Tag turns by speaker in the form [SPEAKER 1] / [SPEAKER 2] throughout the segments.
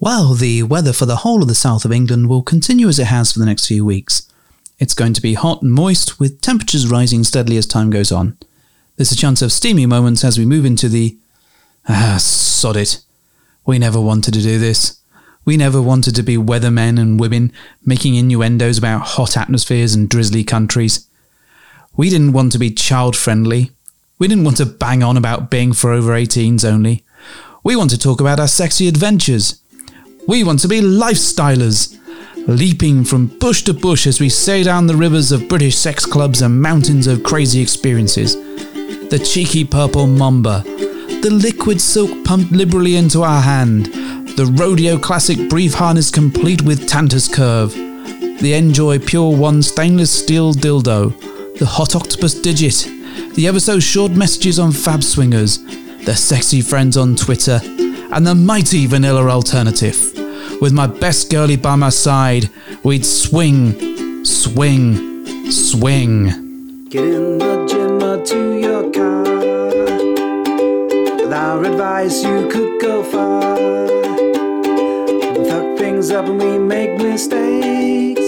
[SPEAKER 1] Well, the weather for the whole of the south of England will continue as it has for the next few weeks. It's going to be hot and moist, with temperatures rising steadily as time goes on. There's a chance of steamy moments as we move into the. Ah, sod it. We never wanted to do this. We never wanted to be weathermen and women making innuendos about hot atmospheres and drizzly countries. We didn't want to be child friendly. We didn't want to bang on about being for over 18s only. We want to talk about our sexy adventures. We want to be lifestylers, leaping from bush to bush as we sail down the rivers of British sex clubs and mountains of crazy experiences. The cheeky purple mamba, the liquid silk pumped liberally into our hand, the rodeo classic brief harness complete with Tantus curve, the Enjoy Pure One stainless steel dildo, the Hot Octopus Digit, the ever so short messages on Fab Swingers, the sexy friends on Twitter, and the mighty vanilla alternative. With my best girlie by my side, we'd swing, swing, swing.
[SPEAKER 2] Get in the gym or to your car. With our advice, you could go far. We fuck things up and we make mistakes.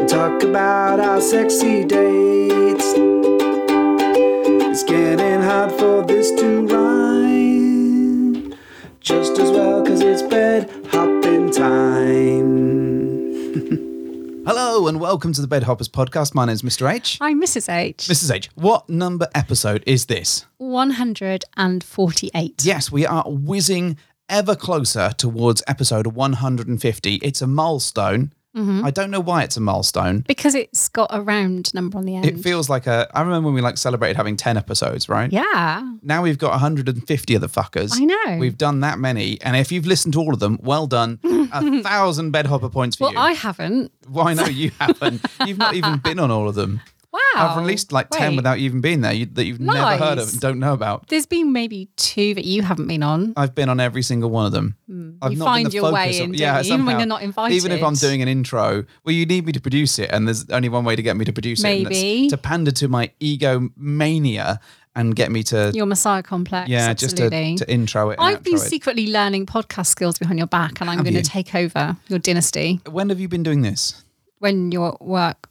[SPEAKER 2] We talk about our sexy dates. It's getting hard for this to rhyme. Just as well, cause it's bed hopping time.
[SPEAKER 1] Hello and welcome to the Bed Hoppers podcast. My name's Mr. H.
[SPEAKER 3] I'm Mrs. H.
[SPEAKER 1] Mrs. H, what number episode is this?
[SPEAKER 3] 148.
[SPEAKER 1] Yes, we are whizzing ever closer towards episode 150. It's a milestone.
[SPEAKER 3] Mm-hmm.
[SPEAKER 1] I don't know why it's a milestone.
[SPEAKER 3] Because it's got a round number on the end.
[SPEAKER 1] It feels like a. I remember when we like celebrated having 10 episodes, right?
[SPEAKER 3] Mm. yeah.
[SPEAKER 1] Now we've got 150 of the fuckers.
[SPEAKER 3] I know.
[SPEAKER 1] We've done that many. And if you've listened to all of them, well done. A thousand bed hopper points for
[SPEAKER 3] Well,
[SPEAKER 1] you.
[SPEAKER 3] I haven't.
[SPEAKER 1] Why no, you haven't. You've not even been on all of them.
[SPEAKER 3] Wow.
[SPEAKER 1] I've released like 10
[SPEAKER 3] Oh, Wait.
[SPEAKER 1] without you even being there you, that you've never heard of
[SPEAKER 3] Nice.
[SPEAKER 1] and don't know about.
[SPEAKER 3] There's been maybe two that you haven't been on.
[SPEAKER 1] I've been on every single one of them. I've
[SPEAKER 3] Mm. You
[SPEAKER 1] not been
[SPEAKER 3] find
[SPEAKER 1] the
[SPEAKER 3] your way
[SPEAKER 1] focus of-
[SPEAKER 3] in,
[SPEAKER 1] yeah,
[SPEAKER 3] don't you? Even when
[SPEAKER 1] somehow.
[SPEAKER 3] you're not
[SPEAKER 1] Even if I'm
[SPEAKER 3] invited.
[SPEAKER 1] doing an intro, well, you need me to produce it, and there's only one way to get me to produce it, and that's
[SPEAKER 3] Maybe.
[SPEAKER 1] to pander to my ego mania and get me to
[SPEAKER 3] Your Messiah complex.
[SPEAKER 1] yeah,
[SPEAKER 3] absolutely.
[SPEAKER 1] just to, to intro it. and
[SPEAKER 3] I've been
[SPEAKER 1] outro it.
[SPEAKER 3] secretly learning podcast skills behind your back, and I'm
[SPEAKER 1] Have
[SPEAKER 3] going
[SPEAKER 1] you?
[SPEAKER 3] to take over your dynasty
[SPEAKER 1] When have you been doing this?
[SPEAKER 3] when you're at work.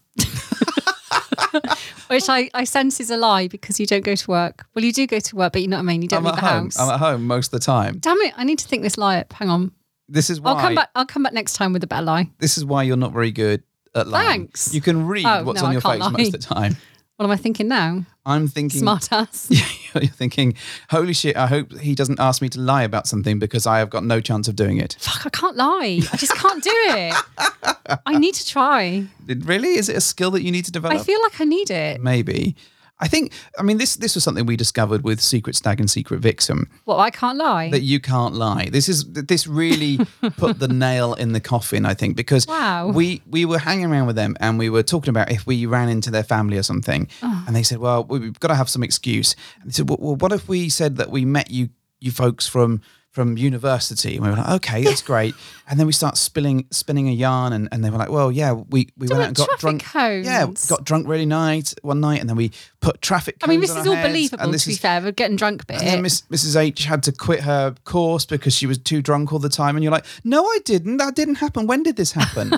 [SPEAKER 3] Which I, I sense is a lie because you don't go to work. Well, you do go to work, but you know what I mean? You
[SPEAKER 1] I'm
[SPEAKER 3] don't leave
[SPEAKER 1] at
[SPEAKER 3] the
[SPEAKER 1] home.
[SPEAKER 3] house.
[SPEAKER 1] I'm at home most of the time.
[SPEAKER 3] Damn it, I need to think this lie up. Hang on.
[SPEAKER 1] This is why
[SPEAKER 3] I'll come back. I'll come back next time with a better lie.
[SPEAKER 1] this is why you're not very good at lying.
[SPEAKER 3] Thanks.
[SPEAKER 1] You can read
[SPEAKER 3] Oh,
[SPEAKER 1] what's
[SPEAKER 3] no,
[SPEAKER 1] on
[SPEAKER 3] I
[SPEAKER 1] your face
[SPEAKER 3] can't lie.
[SPEAKER 1] most of the time.
[SPEAKER 3] What am I thinking now?
[SPEAKER 1] I'm thinking
[SPEAKER 3] Smart ass.
[SPEAKER 1] you're thinking, holy shit, I hope he doesn't ask me to lie about something because I have got no chance of doing it.
[SPEAKER 3] Fuck, I can't lie. I just can't do it. I need to try.
[SPEAKER 1] It- Really? Is it a skill that you need to develop?
[SPEAKER 3] I feel like I need it.
[SPEAKER 1] Maybe. I think, I mean, this this was something we discovered with Secret Stag and Secret Vixen
[SPEAKER 3] Well, I can't lie.
[SPEAKER 1] that you can't lie. This is this really put the nail in the coffin, I think, because
[SPEAKER 3] Wow.
[SPEAKER 1] we we were hanging around with them and we were talking about if we ran into their family or something,
[SPEAKER 3] Oh.
[SPEAKER 1] and they said, "Well, we- we've got to have some excuse." And they said, well, "Well, what if we said that we met you you folks from?" From university, and we were like, "Okay, that's great." And then we start spilling, spinning a yarn, and, and they were like, "Well, yeah, we, we went
[SPEAKER 3] were
[SPEAKER 1] out and got
[SPEAKER 3] traffic
[SPEAKER 1] drunk. Yeah,
[SPEAKER 3] cones.
[SPEAKER 1] got drunk really night one night, and then we put traffic.
[SPEAKER 3] I mean,
[SPEAKER 1] cones
[SPEAKER 3] this
[SPEAKER 1] on
[SPEAKER 3] is
[SPEAKER 1] our
[SPEAKER 3] all
[SPEAKER 1] heads, and
[SPEAKER 3] believable,
[SPEAKER 1] this
[SPEAKER 3] to be
[SPEAKER 1] is-
[SPEAKER 3] fair. We're getting drunk bit.
[SPEAKER 1] and then Miss, Mrs. H had to quit her course because she was too drunk all the time. And you're like, no, I didn't. That didn't happen. When did this happen?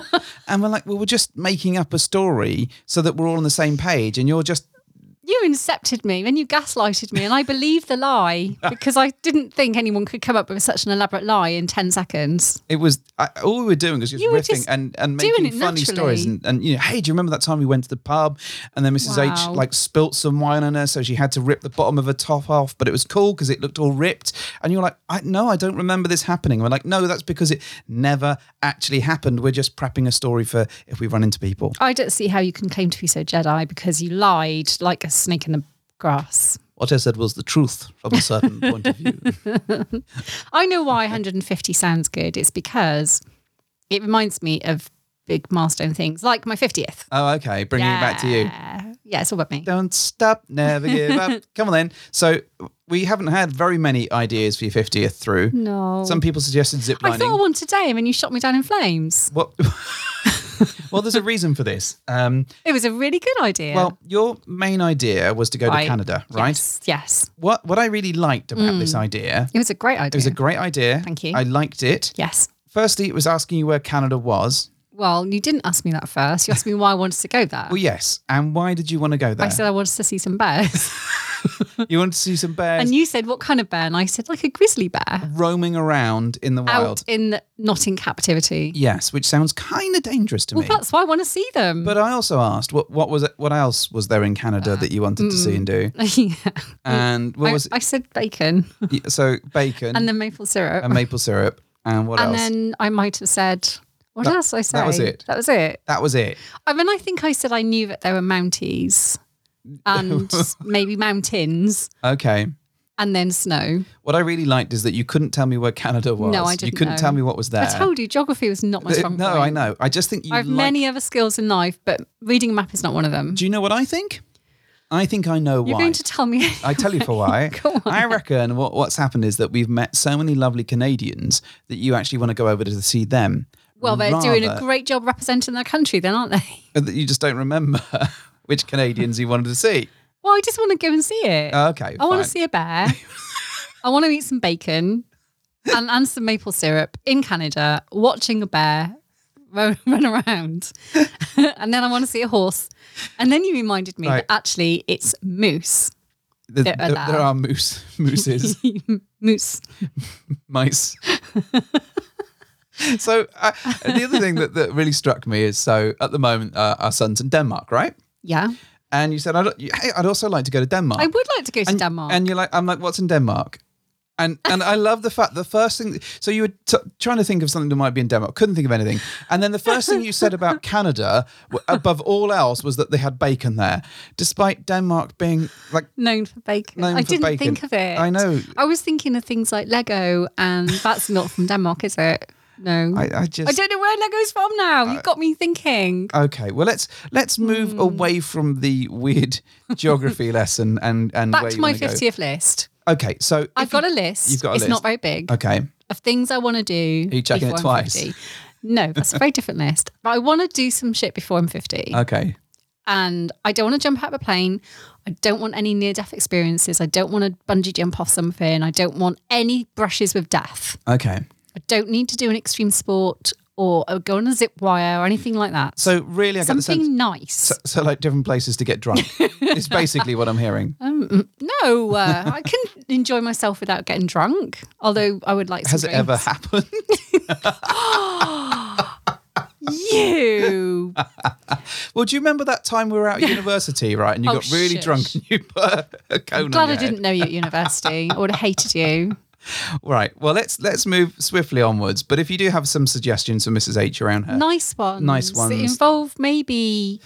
[SPEAKER 1] and we're like, well, we're just making up a story so that we're all on the same page. And you're just,
[SPEAKER 3] you incepted me, then you gaslighted me, and I believed the lie because I didn't think anyone could come up with such an elaborate lie in 10 seconds.
[SPEAKER 1] it was, I, all we were doing was just
[SPEAKER 3] You were
[SPEAKER 1] riffing
[SPEAKER 3] just
[SPEAKER 1] and, and
[SPEAKER 3] doing
[SPEAKER 1] making
[SPEAKER 3] it
[SPEAKER 1] funny
[SPEAKER 3] naturally.
[SPEAKER 1] stories. And, and, you know, hey, do you remember that time we went to the pub? And then Mrs. H
[SPEAKER 3] Wow.
[SPEAKER 1] like spilt some wine on her. So she had to rip the bottom of her top off, but it was cool because it looked all ripped. And you're like, I, no, I don't remember this happening. And we're like, no, that's because it never actually happened. We're just prepping a story for if we run into people.
[SPEAKER 3] I don't see how you can claim to be so Jedi because you lied like a snake in the grass.
[SPEAKER 1] What I said was the truth from a certain point of view.
[SPEAKER 3] I know why 150 sounds good. It's because it reminds me of big milestone things like my 50th.
[SPEAKER 1] Oh, okay. Bringing it back to you.
[SPEAKER 3] Yeah. Yeah, it's all about me.
[SPEAKER 1] Don't stop, never give up. Come on then. So we haven't had very many ideas for your 50th through.
[SPEAKER 3] No.
[SPEAKER 1] Some people suggested
[SPEAKER 3] Oh. I
[SPEAKER 1] ziplining.
[SPEAKER 3] thought of one today and then you shot me down in flames.
[SPEAKER 1] what? well, there's a reason for this. Um,
[SPEAKER 3] It was a really good idea.
[SPEAKER 1] Well, your main idea was to go
[SPEAKER 3] Right.
[SPEAKER 1] to Canada, right?
[SPEAKER 3] Yes, yes.
[SPEAKER 1] What what I really liked about this idea,
[SPEAKER 3] It was a great
[SPEAKER 1] it
[SPEAKER 3] idea.
[SPEAKER 1] was a great idea.
[SPEAKER 3] Thank you.
[SPEAKER 1] I liked it.
[SPEAKER 3] yes.
[SPEAKER 1] Firstly, it was asking you where Canada was.
[SPEAKER 3] Well, you didn't ask me that first. You asked me why I wanted to go there.
[SPEAKER 1] Well, yes. And why did you want to go there?
[SPEAKER 3] I said I wanted to see some bears.
[SPEAKER 1] you wanted to see some bears
[SPEAKER 3] and you said, what kind of bear? And I said, like a grizzly bear.
[SPEAKER 1] roaming around in the wild.
[SPEAKER 3] Out in, the, not in captivity.
[SPEAKER 1] Yes, which sounds kind of dangerous to
[SPEAKER 3] Well,
[SPEAKER 1] me.
[SPEAKER 3] that's why I want to see them.
[SPEAKER 1] But I also asked what what was it, what else was there in Canada that you wanted to see and do,
[SPEAKER 3] yeah.
[SPEAKER 1] and what
[SPEAKER 3] Uh, I,
[SPEAKER 1] was
[SPEAKER 3] I said bacon
[SPEAKER 1] it? so bacon
[SPEAKER 3] and
[SPEAKER 1] and,
[SPEAKER 3] then maple syrup.
[SPEAKER 1] maple syrup and what
[SPEAKER 3] and
[SPEAKER 1] else?
[SPEAKER 3] then I might have said, what
[SPEAKER 1] That-
[SPEAKER 3] else did I say?
[SPEAKER 1] that was it.
[SPEAKER 3] That was it.
[SPEAKER 1] that was it.
[SPEAKER 3] I mean, I think I said I knew that there were mounties and maybe mountains
[SPEAKER 1] Okay.
[SPEAKER 3] and then snow.
[SPEAKER 1] What I really liked is that you couldn't tell me where Canada was.
[SPEAKER 3] I
[SPEAKER 1] You
[SPEAKER 3] didn't
[SPEAKER 1] couldn't
[SPEAKER 3] know.
[SPEAKER 1] tell me what was there.
[SPEAKER 3] I told you geography was not my
[SPEAKER 1] Uh,
[SPEAKER 3] strong
[SPEAKER 1] no,
[SPEAKER 3] point.
[SPEAKER 1] I know. I just think you.
[SPEAKER 3] I have
[SPEAKER 1] like-
[SPEAKER 3] many other skills in life, but reading a map is not one of them.
[SPEAKER 1] Do you know what I think? I think I know
[SPEAKER 3] You're
[SPEAKER 1] why.
[SPEAKER 3] going to tell me.
[SPEAKER 1] I tell you for why.
[SPEAKER 3] Go on.
[SPEAKER 1] I reckon what, what's happened is that we've met so many lovely Canadians that you actually want to go over to see them.
[SPEAKER 3] well, they're doing a
[SPEAKER 1] rather-
[SPEAKER 3] great job representing their country, then, aren't they?
[SPEAKER 1] that you just don't remember which Canadians you wanted to see.
[SPEAKER 3] Well, I just want to go and see it.
[SPEAKER 1] Oh, Okay,
[SPEAKER 3] I want to
[SPEAKER 1] fine.
[SPEAKER 3] see a bear. I want to eat some bacon and, and some maple syrup in Canada, watching a bear run, run around. and then I want to see a horse. And then you reminded me
[SPEAKER 1] Right.
[SPEAKER 3] that actually it's moose.
[SPEAKER 1] The-
[SPEAKER 3] bit
[SPEAKER 1] the-
[SPEAKER 3] allowed.
[SPEAKER 1] there are moose, mooses,
[SPEAKER 3] moose.
[SPEAKER 1] mice. so uh, the other thing that, that really struck me is so at the moment uh, our son's in Denmark, right?
[SPEAKER 3] Yeah.
[SPEAKER 1] And you said, I'd, you- hey, I'd also like to go to Denmark.
[SPEAKER 3] I would like to go to
[SPEAKER 1] and,
[SPEAKER 3] Denmark.
[SPEAKER 1] And you're like, I'm like, what's in Denmark? And and I love the fact the first thing. So you were t- trying to think of something that might be in Denmark, couldn't think of anything. And then the first thing you said about Canada, w- above all else, was that they had bacon there, despite Denmark being like
[SPEAKER 3] known for bacon.
[SPEAKER 1] known
[SPEAKER 3] I
[SPEAKER 1] for
[SPEAKER 3] didn't
[SPEAKER 1] bacon.
[SPEAKER 3] think of it.
[SPEAKER 1] I know.
[SPEAKER 3] I was thinking of things like Lego, and that's not from Denmark, is it? No.
[SPEAKER 1] I, I
[SPEAKER 3] I
[SPEAKER 1] just
[SPEAKER 3] don't know where Lego's from now. You've got me thinking.
[SPEAKER 1] okay. Well, let's let's move
[SPEAKER 3] Hmm.
[SPEAKER 1] away from the weird geography lesson and and
[SPEAKER 3] Back
[SPEAKER 1] where
[SPEAKER 3] to
[SPEAKER 1] you
[SPEAKER 3] my
[SPEAKER 1] wanna go.
[SPEAKER 3] 50th list.
[SPEAKER 1] Okay, so if
[SPEAKER 3] I've got
[SPEAKER 1] you-
[SPEAKER 3] a list.
[SPEAKER 1] you've got a
[SPEAKER 3] it's
[SPEAKER 1] list.
[SPEAKER 3] not very big
[SPEAKER 1] Okay,
[SPEAKER 3] of things I want to do.
[SPEAKER 1] Are you checking it
[SPEAKER 3] before I'm
[SPEAKER 1] twice?
[SPEAKER 3] 50. No, that's a very different list. But I want to do some shit before I'm 50.
[SPEAKER 1] okay.
[SPEAKER 3] and I don't want to jump out of a plane. I don't want any near death experiences. I don't want to bungee jump off something. I don't want any brushes with death.
[SPEAKER 1] Okay.
[SPEAKER 3] I don't need to do an extreme sport or uh, go on a zip wire or anything like that.
[SPEAKER 1] So really, I got the sense
[SPEAKER 3] Something nice.
[SPEAKER 1] So, so like different places to get drunk. it's basically what I'm hearing.
[SPEAKER 3] no, uh, I can enjoy myself without getting drunk. Although I would like. Some
[SPEAKER 1] Has it ever
[SPEAKER 3] drinks.
[SPEAKER 1] happened?
[SPEAKER 3] You
[SPEAKER 1] well, do you remember that time we were out at university, right? And you
[SPEAKER 3] Oh,
[SPEAKER 1] got really
[SPEAKER 3] shit.
[SPEAKER 1] drunk and you put a cone on
[SPEAKER 3] Glad I
[SPEAKER 1] your head?
[SPEAKER 3] didn't know you at university. I would have hated you.
[SPEAKER 1] Right. Well, let's let's move swiftly onwards. But if you do have some suggestions for Mrs. H around her,
[SPEAKER 3] Nice ones.
[SPEAKER 1] Nice ones.
[SPEAKER 3] That involve maybe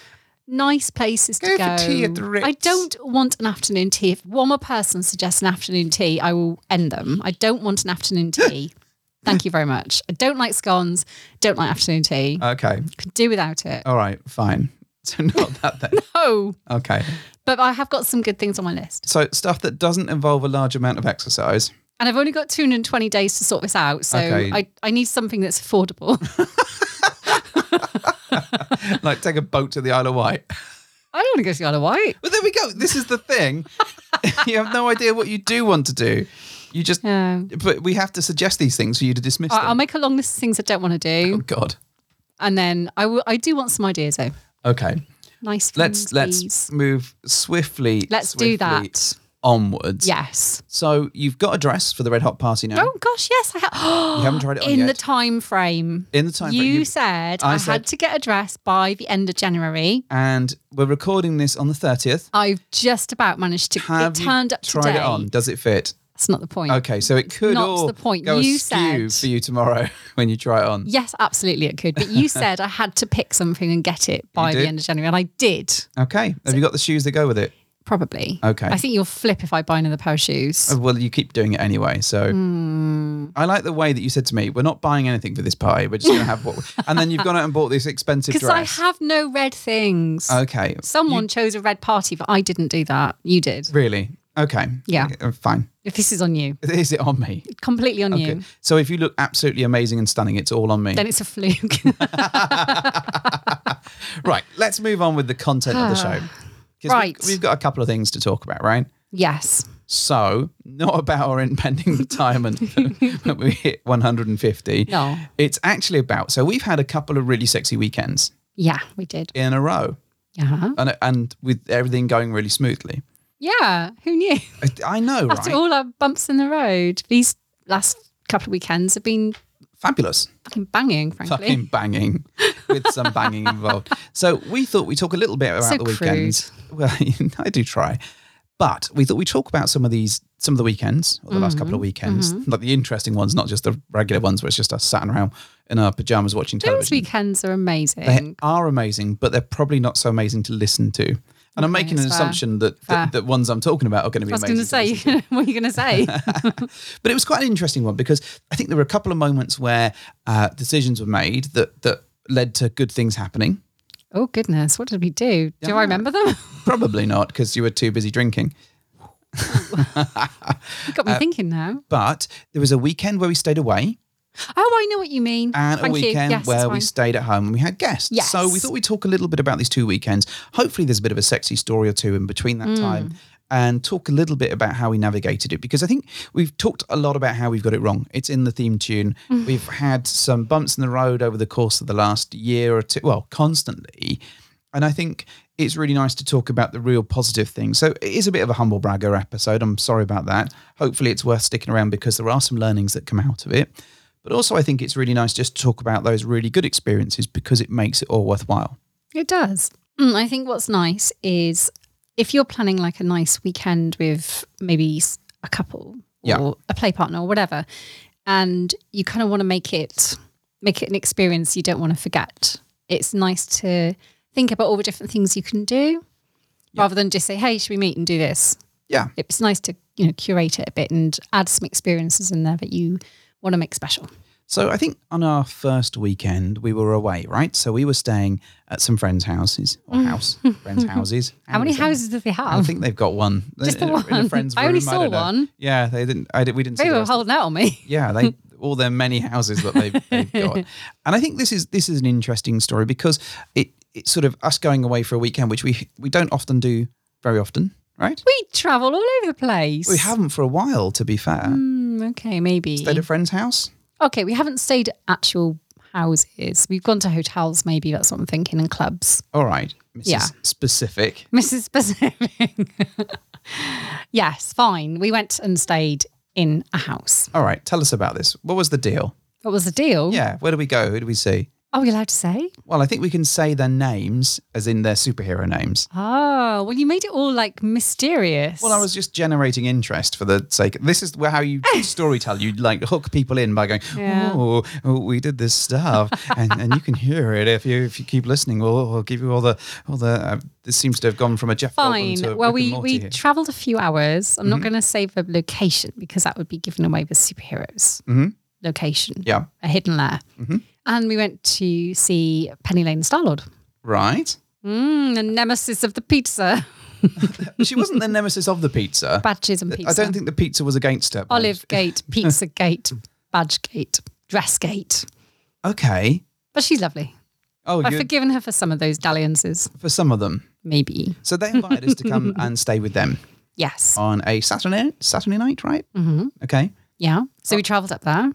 [SPEAKER 3] nice places
[SPEAKER 1] Go
[SPEAKER 3] to
[SPEAKER 1] for
[SPEAKER 3] go.
[SPEAKER 1] tea at the Ritz.
[SPEAKER 3] I don't want an afternoon tea. If one more person suggests an afternoon tea, I will end them. I don't want an afternoon tea. Thank you very much. I don't like scones. Don't like afternoon tea.
[SPEAKER 1] okay.
[SPEAKER 3] Could do without it.
[SPEAKER 1] All right. Fine. So not that then.
[SPEAKER 3] Oh,
[SPEAKER 1] Okay.
[SPEAKER 3] but I have got some good things on my list,
[SPEAKER 1] So stuff that doesn't involve a large amount of exercise.
[SPEAKER 3] and I've only got 220 days to sort this out. So
[SPEAKER 1] Okay.
[SPEAKER 3] I, I need something that's affordable.
[SPEAKER 1] like take a boat to the Isle of Wight.
[SPEAKER 3] I don't want to go to the Isle of Wight.
[SPEAKER 1] Well, there we go. This is the thing. you have no idea what you do want to do. You just.
[SPEAKER 3] Yeah.
[SPEAKER 1] But we have to suggest these things for you to dismiss
[SPEAKER 3] I-
[SPEAKER 1] them.
[SPEAKER 3] I'll make a long list of things I don't want to do.
[SPEAKER 1] Oh God.
[SPEAKER 3] and then I will- I do want some ideas though.
[SPEAKER 1] Okay.
[SPEAKER 3] Nice.
[SPEAKER 1] Let's
[SPEAKER 3] things,
[SPEAKER 1] let's
[SPEAKER 3] please.
[SPEAKER 1] move swiftly.
[SPEAKER 3] Let's
[SPEAKER 1] swiftly
[SPEAKER 3] do that.
[SPEAKER 1] Onwards.
[SPEAKER 3] Yes.
[SPEAKER 1] So you've got a dress for the Red Hot Party now.
[SPEAKER 3] Oh gosh, yes. I ha-
[SPEAKER 1] You haven't tried it on
[SPEAKER 3] in
[SPEAKER 1] yet.
[SPEAKER 3] the time frame.
[SPEAKER 1] In the time frame,
[SPEAKER 3] you,
[SPEAKER 1] you-
[SPEAKER 3] said
[SPEAKER 1] I
[SPEAKER 3] I,
[SPEAKER 1] said-
[SPEAKER 3] had to get a dress by the end of January.
[SPEAKER 1] and we're recording this on the thirtieth.
[SPEAKER 3] I've just about managed to.
[SPEAKER 1] Have
[SPEAKER 3] it
[SPEAKER 1] you
[SPEAKER 3] turned up
[SPEAKER 1] tried
[SPEAKER 3] today.
[SPEAKER 1] it on? Does it fit?
[SPEAKER 3] That's not the point.
[SPEAKER 1] Okay, so it could
[SPEAKER 3] not
[SPEAKER 1] all
[SPEAKER 3] the point.
[SPEAKER 1] go
[SPEAKER 3] You
[SPEAKER 1] askew
[SPEAKER 3] said-
[SPEAKER 1] for you tomorrow when you try it on.
[SPEAKER 3] Yes, absolutely, it could. But you said I had to pick something and get it by
[SPEAKER 1] did?
[SPEAKER 3] the end of January, and I did.
[SPEAKER 1] Okay. Have you got the shoes that go with it?
[SPEAKER 3] Probably.
[SPEAKER 1] Okay.
[SPEAKER 3] I think you'll flip if I buy another pair of shoes.
[SPEAKER 1] Oh, Well, you keep doing it anyway, so
[SPEAKER 3] Hmm.
[SPEAKER 1] I like the way that you said to me, "We're not buying anything for this party. We're just going to have what." we-" And then you've gone out and bought this expensive
[SPEAKER 3] Because I
[SPEAKER 1] dress.
[SPEAKER 3] have no red things.
[SPEAKER 1] okay,
[SPEAKER 3] Someone chose a red party, but I didn't do that. You did.
[SPEAKER 1] Really? Okay.
[SPEAKER 3] Yeah.
[SPEAKER 1] Okay, uh, Fine.
[SPEAKER 3] If this is on you,
[SPEAKER 1] Is it on me?
[SPEAKER 3] completely on
[SPEAKER 1] Okay.
[SPEAKER 3] you,
[SPEAKER 1] So if you look absolutely amazing and stunning, it's all on me.
[SPEAKER 3] then it's a fluke.
[SPEAKER 1] Right. Let's move on with the content of the show. 'Cause we-
[SPEAKER 3] Right.
[SPEAKER 1] We've got a couple of things to talk about, right?
[SPEAKER 3] yes.
[SPEAKER 1] So, not about our impending retirement when we hit 150.
[SPEAKER 3] No.
[SPEAKER 1] It's actually about, so we've had a couple of really sexy weekends
[SPEAKER 3] Yeah, we did. Uh-huh.
[SPEAKER 1] in a row
[SPEAKER 3] Yeah.
[SPEAKER 1] and, and with everything going really smoothly.
[SPEAKER 3] Yeah. Who knew?
[SPEAKER 1] I, I know, right?
[SPEAKER 3] After all our bumps in the road, these last couple of weekends have been
[SPEAKER 1] Fabulous.
[SPEAKER 3] fucking banging, frankly.
[SPEAKER 1] Fucking banging with some banging involved. So, we thought we'd talk a little bit about
[SPEAKER 3] So
[SPEAKER 1] the weekends. Well, I do try. But we thought we'd talk about some of these, some of the weekends, or the last
[SPEAKER 3] Mm-hmm,
[SPEAKER 1] couple of weekends, like the interesting ones, not just the regular ones where it's just us sat around in our pajamas watching
[SPEAKER 3] Those
[SPEAKER 1] television.
[SPEAKER 3] weekends are
[SPEAKER 1] They
[SPEAKER 3] amazing.
[SPEAKER 1] are amazing, but they're probably not so amazing to listen to. And I'm
[SPEAKER 3] Okay,
[SPEAKER 1] making an
[SPEAKER 3] that's fair.
[SPEAKER 1] assumption that
[SPEAKER 3] Fair.
[SPEAKER 1] that the ones I'm talking about are going to be
[SPEAKER 3] I was
[SPEAKER 1] amazing.
[SPEAKER 3] going to say,
[SPEAKER 1] listen
[SPEAKER 3] what are you going to say?
[SPEAKER 1] But it was quite an interesting one because I think there were a couple of moments where uh, decisions were made that that led to good things happening.
[SPEAKER 3] oh, goodness. What did we do? Do I remember them?
[SPEAKER 1] Probably not because you were too busy drinking.
[SPEAKER 3] You got me
[SPEAKER 1] Uh,
[SPEAKER 3] thinking now.
[SPEAKER 1] But there was a weekend where we stayed away
[SPEAKER 3] Oh, I know what you mean.
[SPEAKER 1] and
[SPEAKER 3] Thank
[SPEAKER 1] a
[SPEAKER 3] you.
[SPEAKER 1] weekend
[SPEAKER 3] Yes,
[SPEAKER 1] where
[SPEAKER 3] it's
[SPEAKER 1] we
[SPEAKER 3] fine.
[SPEAKER 1] stayed at home and we had guests.
[SPEAKER 3] Yes.
[SPEAKER 1] So we thought we'd talk a little bit about these two weekends. Hopefully, there's a bit of a sexy story or two in between
[SPEAKER 3] Hmm.
[SPEAKER 1] that time and talk a little bit about how we navigated it because I think we've talked a lot about how we've got it wrong. It's in the theme tune.
[SPEAKER 3] Mm.
[SPEAKER 1] We've had some bumps in the road over the course of the last year or two, well, constantly. And I think it's really nice to talk about the real positive things. So it is a bit of a humble bragger episode. I'm sorry about that. Hopefully, it's worth sticking around because there are some learnings that come out of it. But also, I think it's really nice just to talk about those really good experiences because it makes it all worthwhile.
[SPEAKER 3] It does. Mm, I think what's nice is if you're planning like a nice weekend with maybe s- a couple
[SPEAKER 1] Yeah.
[SPEAKER 3] or a play partner or whatever, and you kind of want to make it make it an experience you don't want to forget. It's nice to think about all the different things you can do rather than just say, "Hey, should we meet and do this?"
[SPEAKER 1] Yeah.
[SPEAKER 3] It's nice to you know curate it a bit and add some experiences in there that you want to make special.
[SPEAKER 1] So I think on our first weekend, we were away, right? So we were staying at some friends' houses or house, friends' houses.
[SPEAKER 3] Mm. How many
[SPEAKER 1] is it?
[SPEAKER 3] houses do they
[SPEAKER 1] I
[SPEAKER 3] have?
[SPEAKER 1] think they've got one.
[SPEAKER 3] Just the
[SPEAKER 1] In a- in a
[SPEAKER 3] one.
[SPEAKER 1] friend's
[SPEAKER 3] I only
[SPEAKER 1] room,
[SPEAKER 3] saw
[SPEAKER 1] don't know.
[SPEAKER 3] one.
[SPEAKER 1] Yeah, they didn't. I did, we didn't see.
[SPEAKER 3] They
[SPEAKER 1] the
[SPEAKER 3] were
[SPEAKER 1] rest of
[SPEAKER 3] holding out on me.
[SPEAKER 1] yeah they all their many houses that they've, they've got and i think this is this is an interesting story because it it's sort of us going away for a weekend which we we don't often do very often right
[SPEAKER 3] We travel all over the place.
[SPEAKER 1] we haven't for a while to be fair
[SPEAKER 3] Mm, okay, maybe.
[SPEAKER 1] stayed at a friend's house
[SPEAKER 3] okay, we haven't stayed at actual houses. We've gone to hotels, maybe. That's what I'm thinking, and clubs.
[SPEAKER 1] all right mrs
[SPEAKER 3] Yeah.
[SPEAKER 1] specific
[SPEAKER 3] Mrs. Specific. yes, fine. We went and stayed in a house.
[SPEAKER 1] all right tell us about this what was the deal
[SPEAKER 3] What was the deal?
[SPEAKER 1] yeah where do we go who do we see
[SPEAKER 3] Are we allowed to say?
[SPEAKER 1] well i think we can say their names as in their superhero names
[SPEAKER 3] Oh, well, you made it all like mysterious.
[SPEAKER 1] Well, I was just generating interest for the sake. This is where- how you storytell. You like hook people in by going,
[SPEAKER 3] Yeah.
[SPEAKER 1] "Oh, oh, we did this stuff," and, and you can hear it if you if you keep listening. We'll, we'll give you all the all the. Uh, this seems to have gone from a Jeff Goldblum to
[SPEAKER 3] Fine.
[SPEAKER 1] a
[SPEAKER 3] Well,
[SPEAKER 1] Rick and
[SPEAKER 3] we,
[SPEAKER 1] Morty
[SPEAKER 3] we
[SPEAKER 1] here. Mm-hmm.
[SPEAKER 3] travelled a few hours. I'm not going to say the location because that would be giving away the superheroes
[SPEAKER 1] Mhm.
[SPEAKER 3] location.
[SPEAKER 1] yeah,
[SPEAKER 3] a hidden lair.
[SPEAKER 1] Mhm.
[SPEAKER 3] And we went to see Penny Lane Star Lord,
[SPEAKER 1] right.
[SPEAKER 3] mm, the nemesis of the pizza.
[SPEAKER 1] She wasn't the nemesis of the pizza.
[SPEAKER 3] Badges and pizza.
[SPEAKER 1] I don't think the pizza was against her. but-
[SPEAKER 3] Olive Gate, Pizza Gate, Badge Gate, Dress Gate.
[SPEAKER 1] Okay.
[SPEAKER 3] But she's lovely.
[SPEAKER 1] Oh,
[SPEAKER 3] I've
[SPEAKER 1] you
[SPEAKER 3] forgiven her for some of those dalliances,
[SPEAKER 1] for some of them.
[SPEAKER 3] maybe.
[SPEAKER 1] So they invited us to come and stay with them
[SPEAKER 3] Yes.
[SPEAKER 1] on a Saturday Saturday night, right?
[SPEAKER 3] hmm
[SPEAKER 1] Okay.
[SPEAKER 3] Yeah. So
[SPEAKER 1] Oh.
[SPEAKER 3] we travelled up there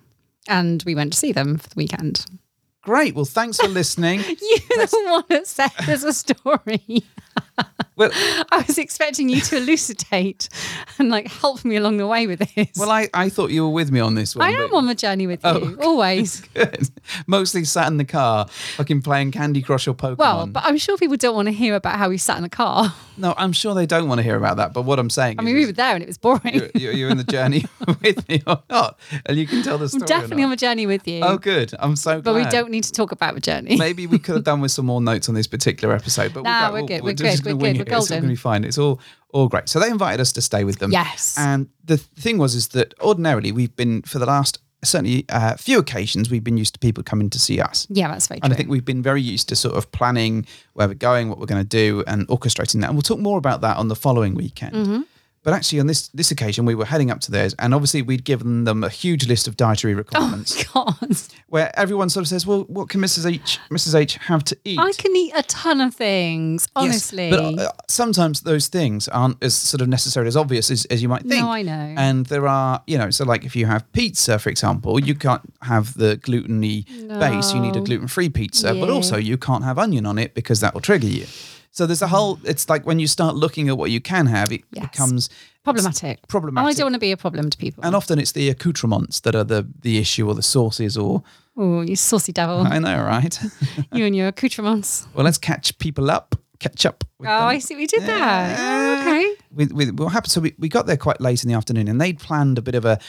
[SPEAKER 3] and we went to see them for the weekend.
[SPEAKER 1] Great. Well, thanks for listening.
[SPEAKER 3] You the one that said there's a story.
[SPEAKER 1] Well,
[SPEAKER 3] I was expecting you to elucidate and like help me along the way with this.
[SPEAKER 1] Well, Oh, I, I thought you were with me on this one.
[SPEAKER 3] I am
[SPEAKER 1] but-
[SPEAKER 3] on the journey with you, always.
[SPEAKER 1] Mostly sat in the car, fucking playing Candy Crush or Pokemon.
[SPEAKER 3] Well, but I'm sure people don't want to hear about how we sat in the car.
[SPEAKER 1] no, I'm sure they don't want to hear about that. But what I'm saying
[SPEAKER 3] I mean, we
[SPEAKER 1] is,
[SPEAKER 3] were there and it was boring.
[SPEAKER 1] you, you, you're in the journey with me or not, and you can tell the
[SPEAKER 3] I'm
[SPEAKER 1] story. or
[SPEAKER 3] definitely on
[SPEAKER 1] not.
[SPEAKER 3] the journey with you.
[SPEAKER 1] Oh, good. I'm so
[SPEAKER 3] but
[SPEAKER 1] glad.
[SPEAKER 3] we don't need to talk about the journey.
[SPEAKER 1] Maybe we could have done with some more notes on this particular episode, but
[SPEAKER 3] Nah,
[SPEAKER 1] we'll,
[SPEAKER 3] we're good,
[SPEAKER 1] We're,
[SPEAKER 3] we're
[SPEAKER 1] just
[SPEAKER 3] good,
[SPEAKER 1] gonna
[SPEAKER 3] we're
[SPEAKER 1] wing
[SPEAKER 3] good,
[SPEAKER 1] it. It's
[SPEAKER 3] we're
[SPEAKER 1] all
[SPEAKER 3] golden.
[SPEAKER 1] going to be fine. It's all all great. So they invited us to stay with them.
[SPEAKER 3] Yes.
[SPEAKER 1] And the th- thing was is that ordinarily we've been for the last certainly uh, few occasions we've been used to people coming to see us.
[SPEAKER 3] yeah, that's very true.
[SPEAKER 1] And I think we've been very used to sort of
[SPEAKER 3] Mm-hmm.
[SPEAKER 1] planning where we're going, what we're going to do, and orchestrating that. And we'll talk more about that on the following weekend. But actually, on this this occasion, we were heading up to theirs, and obviously, we'd given them a huge list of
[SPEAKER 3] Oh,
[SPEAKER 1] dietary requirements,
[SPEAKER 3] God,
[SPEAKER 1] where everyone sort of says, "Well, what can Mrs. H Mrs. H have to eat?"
[SPEAKER 3] I can eat a ton of things.
[SPEAKER 1] Yes,
[SPEAKER 3] Honestly,
[SPEAKER 1] but uh, sometimes those things aren't as sort of necessarily as obvious as, as you might think.
[SPEAKER 3] no, I know.
[SPEAKER 1] And there are, you know, so like if you have pizza, for example, you can't have the gluten-y base. You need a
[SPEAKER 3] No.
[SPEAKER 1] gluten-free pizza, but
[SPEAKER 3] Yeah.
[SPEAKER 1] also you can't have onion on it because that will trigger you. So there's a whole. It's like when you start looking at what you can have, it
[SPEAKER 3] Yes.
[SPEAKER 1] becomes
[SPEAKER 3] problematic.
[SPEAKER 1] problematic.
[SPEAKER 3] I don't want to be a problem to people.
[SPEAKER 1] and often it's the accoutrements that are the the issue or the sources or
[SPEAKER 3] oh, you saucy devil!
[SPEAKER 1] I know, right?
[SPEAKER 3] you and your accoutrements.
[SPEAKER 1] well, let's catch people up, catch up. With
[SPEAKER 3] Oh,
[SPEAKER 1] them.
[SPEAKER 3] I see. We did that. Oh, okay.
[SPEAKER 1] with, with what happened. So we, we got there quite late in the afternoon, and they'd planned a bit of a,